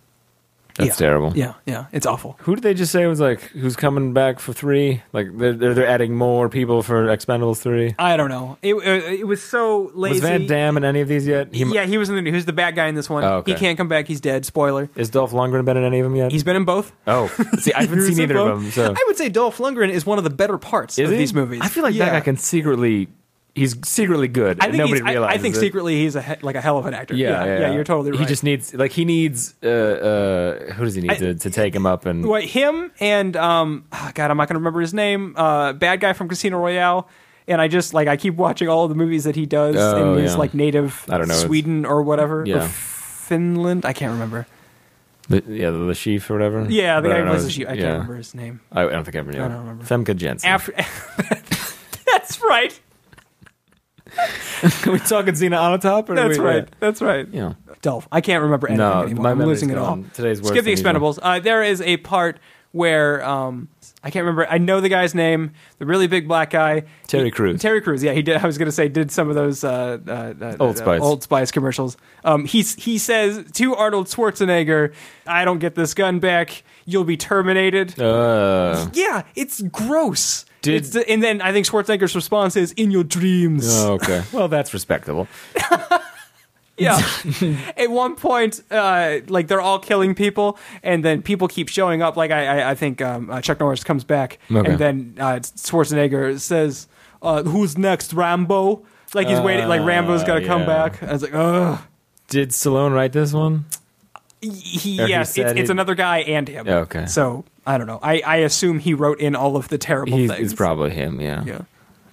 That's Yeah. terrible. Yeah, yeah, it's awful. Who did they just say was like who's coming back for three? Like they're they're, they're adding more people for Expendables three. I don't know. It, uh, it, it was so lazy. Was Van Damme in any of these yet? He, yeah, he was in the. Who's the bad guy in this one? Oh, okay. He can't come back. He's dead. Spoiler. Is Dolph Lundgren been in any of them yet? He's been in both. [LAUGHS] oh, see, I He haven't was seen in either of both. them. So I would say Dolph Lundgren is one of the better parts Is of he? these movies. I feel like Yeah. that guy can secretly. He's secretly good. I think and nobody he's- I- realizes. I, think it. secretly he's a he, like a hell of an actor. Yeah, yeah, you're totally right. He just needs like he needs uh uh who does he need I- to, to take him up and Wait, him and um, ah, God, I'm not gonna remember his name. Uh, bad guy from Casino Royale. And I just like I keep watching all the movies that he does Oh, in his yeah. like native I don't know, it's- Sweden or whatever or Yeah. Finland. I can't remember. the, yeah the Lashif or whatever Yeah, the But I guy who don't know, plays the shoe. I yeah. can't remember his name. I, I don't think I ever knew. I don't it. remember. Femke Jensen. After [LAUGHS] that's right. Can [LAUGHS] we talk at Xena on top? Or That's we- right. That's right. Yeah. Dolph. I can't remember anything No, anymore. my I'm memory's losing it all. gone. Today's worse Skip the than usual. Expendables. Uh, there is a part where um, I can't remember. I know the guy's name, the really big black guy, Terry He- Crews. Terry Crews, yeah, he did. I was gonna say did some of those uh, uh, uh, Old uh, Spice. Old Spice commercials. Um, he he says to Arnold Schwarzenegger, "I don't get this gun back, you'll be terminated." Uh, Yeah, it's gross. Did- It's the- and then I think Schwarzenegger's response is "In your dreams." [LAUGHS] oh, okay. Well, that's respectable. Yeah. [LAUGHS] At one point, uh, like they're all killing people, and then people keep showing up. Like I, I, I think um, uh, Chuck Norris comes back, Okay. and then uh, Schwarzenegger says, uh, "Who's next, Rambo?" Like he's waiting. Like Rambo's got to come yeah. back. I was like, ugh. Did Stallone write this one? He, Or he yes, said it's, it's he- another guy and him. Yeah, okay. So I don't know. I, I assume he wrote in all of the terrible He's, things. it's probably him. Yeah. yeah.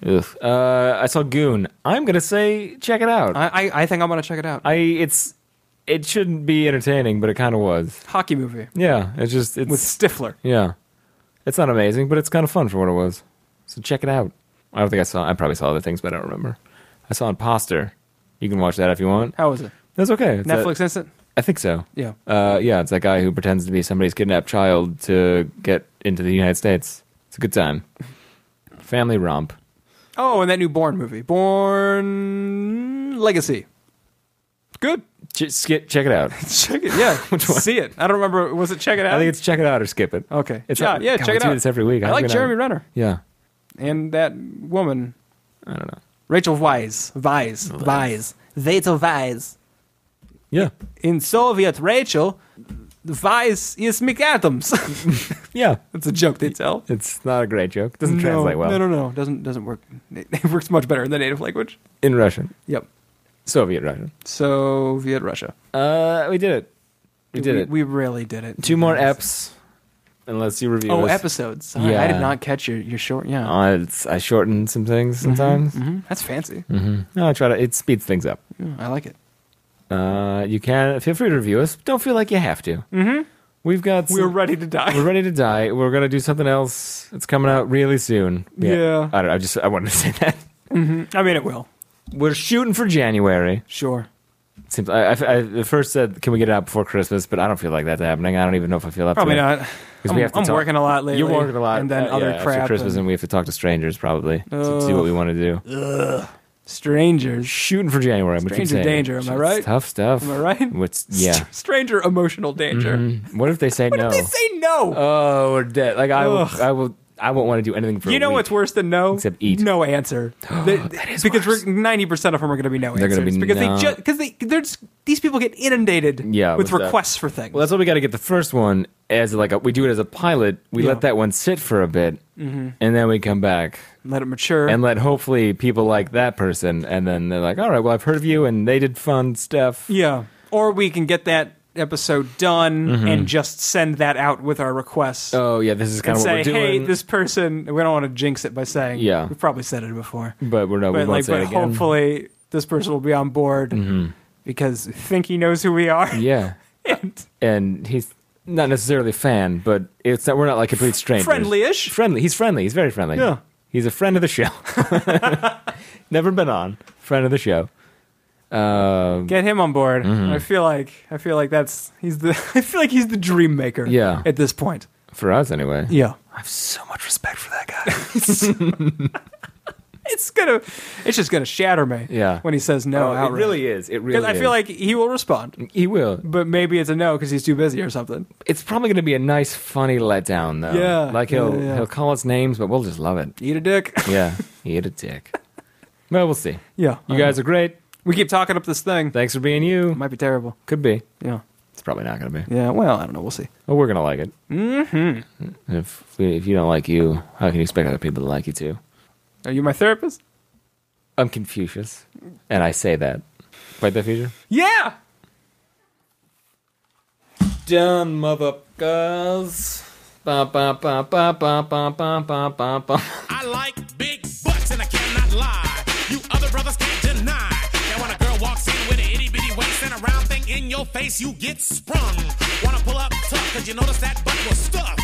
Ugh. Uh, I saw Goon. I'm gonna say check it out. I, I, I, I think I'm gonna check it out. it's it shouldn't be entertaining, but it kind of was. Hockey movie Yeah. It's just it's with Stifler. yeah. It's not amazing, but it's kind of fun for what it was. So check it out. I don't think I saw. I probably saw other things, but I don't remember. I saw Imposter. You can watch that if you want. How was it? That's okay. It's that- Netflix instant. I think so. Yeah. Uh, yeah, it's that guy who pretends to be somebody's kidnapped child to get into the United States. It's a good time. Family romp. Oh, and that new Born movie, Born Legacy. Good. Ch- skip, check [LAUGHS] it out. Check it. [LAUGHS] Yeah, see it. I don't remember. Was it check it out? I think it's check it out or skip it. okay. It's yeah, not- yeah. God, check we it do out. this every week. I How like can Jeremy Renner Yeah. and that woman, I don't know. Rachel Weisz. Weisz. Weisz. Rachel Weisz. Yeah. In Soviet Rachel, Weiss is McAdams. Yeah. [LAUGHS] That's a joke they tell. It's not a great joke. Doesn't no, translate well No, no, no. Doesn't doesn't work. [LAUGHS] It, it works much better in the native language. in Russian, Yep. Soviet Russian. Soviet Russia. Uh, we did it. We did we, it. We really did it. Two more eps, unless you review. Oh, us. episodes. Sorry, I Yeah. did not catch your, your short. Yeah. Uh, it's, I shorten some things sometimes. Mhm. That's fancy. Mm, No, I try to. It speeds things up. I like it. Uh, you can feel free to review us. Don't feel like you have to. Mm-hmm. We've got. some- We're ready to die. We're ready to die. We're gonna do something else. It's coming out really soon. Yeah. I don't. know, I just. I wanted to say that. [LAUGHS] I mean, it will. We're shooting for January. Sure. Seems. I, I, I at first said, "Can we get it out before Christmas?" But I don't feel like that's happening. I don't even know if I feel up. Probably to it. not. 'Cause I'm, we have to I'm talk- working a lot lately. You're working a lot. And then uh, other yeah, after crap. Christmas, and, and we have to talk to strangers probably to see what we want to do. strangers. Shooting for January. I'm Stranger danger, am I right? Tough stuff. Am I right? [LAUGHS] What's [LAUGHS] yeah? Str- stranger emotional danger. What if they say no? They say no. Oh, we're dead. Like I, will, Ugh. I will, I won't want to do anything for. you a know week. what's worse than no? Except eat. No [GASPS] answer. because worse. ninety percent of them are going to be no They're answers gonna be because no. they because they they're just, these people get inundated Yeah, with with that. requests for things. Well, that's why we got to get the first one as like a, we do it as a pilot. Yeah. We Mm-hmm. let that one sit for a bit, and then we come back Let it mature. and let hopefully people like that person, and then they're like, all right, well, I've heard of you, and they did fun stuff. Yeah. Or we can get that episode done and just send that out with our requests. Mm-hmm. Oh yeah, this is kind and of what say, we're doing. hey, this person, we don't want to jinx it by saying, Yeah. Mm-hmm. We've probably said it before. but we're not. we But, won't like, say it but again. Mm-hmm. hopefully this person will be on board because I think he knows who we are. yeah, [LAUGHS] and and he's not necessarily a fan, but it's not, we're not like complete strangers. Friendly-ish. Friendly. He's friendly. He's very friendly. Yeah. He's a friend of the show. [LAUGHS] Never been on. Friend of the show. Um, get him on board. Mm-hmm. I feel like I feel like that's he's the [LAUGHS] I feel like he's the dream maker Yeah. at this point. for us, anyway. Yeah. I have so much respect for [LAUGHS] that guy. It's gonna it's just gonna shatter me. Yeah. When he says no Oh, it outright. really is. It really. because I feel like is. he will respond, he will. but maybe it's a no because he's too busy or something. It's probably going to be a nice, funny letdown, though. Yeah, Like he'll yeah, yeah. he'll call us names, but we'll just love it. Eat a [LAUGHS] dick. Yeah. he had a dick. Well, we'll see. Yeah. You guys are great. we keep talking up this thing. Thanks for being you. It might be terrible. Could be. Yeah. It's probably not going to be. Yeah. Well, I don't know. We'll see. Oh, we're gonna like it. Mm-hmm. If we, if you don't like you, how can you expect other people to like you too? Are you my therapist? I'm Confucius, and I say that. Quite the future. Yeah. Done, motherfuckers. Ba ba ba ba ba ba ba ba ba ba. I like big butts and I cannot lie. You other brothers can't deny that when a girl walks in with an itty bitty waist and a round thing in your face, you get sprung. Wanna pull up tough, cause you notice that butt was stuffed.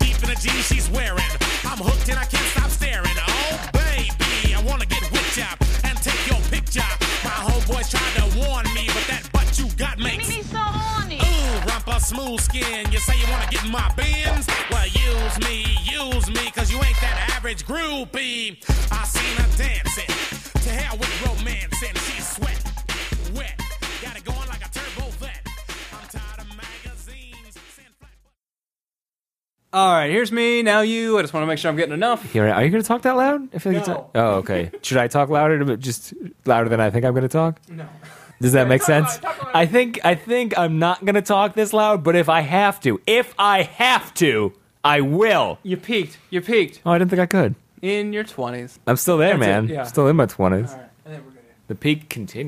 Deep in the jeans she's wearing. I'm hooked and I can't stop staring. Oh, baby, I wanna get whipped up and take your picture. My homeboy tried to warn me, but that butt you got makes Mimi so horny. Ooh, rump a smooth skin. You say you wanna get in my bins? Well, Use me, use me, cause you ain't that average groupie. I seen her dancing. To hell with romance and she's sweat, wet. Got it going like a turbo vet. I'm tired of magazines. Send flat- All right, here's me, now you. I just want to make sure I'm getting enough. Here, I- are you going to talk that loud? I feel like you're No. ta- oh, okay. Should I talk louder, but just louder than I think I'm going to talk? No. Does that make talk louder, sense? talk louder. I think I think I'm not going to talk this loud, but if I have to, if I have to, I will. You peaked. You peaked Oh, I didn't think I could. in your 20s. I'm still there, That's it, man. yeah. Still in my 20s. right, and then we're going to. The peak continues.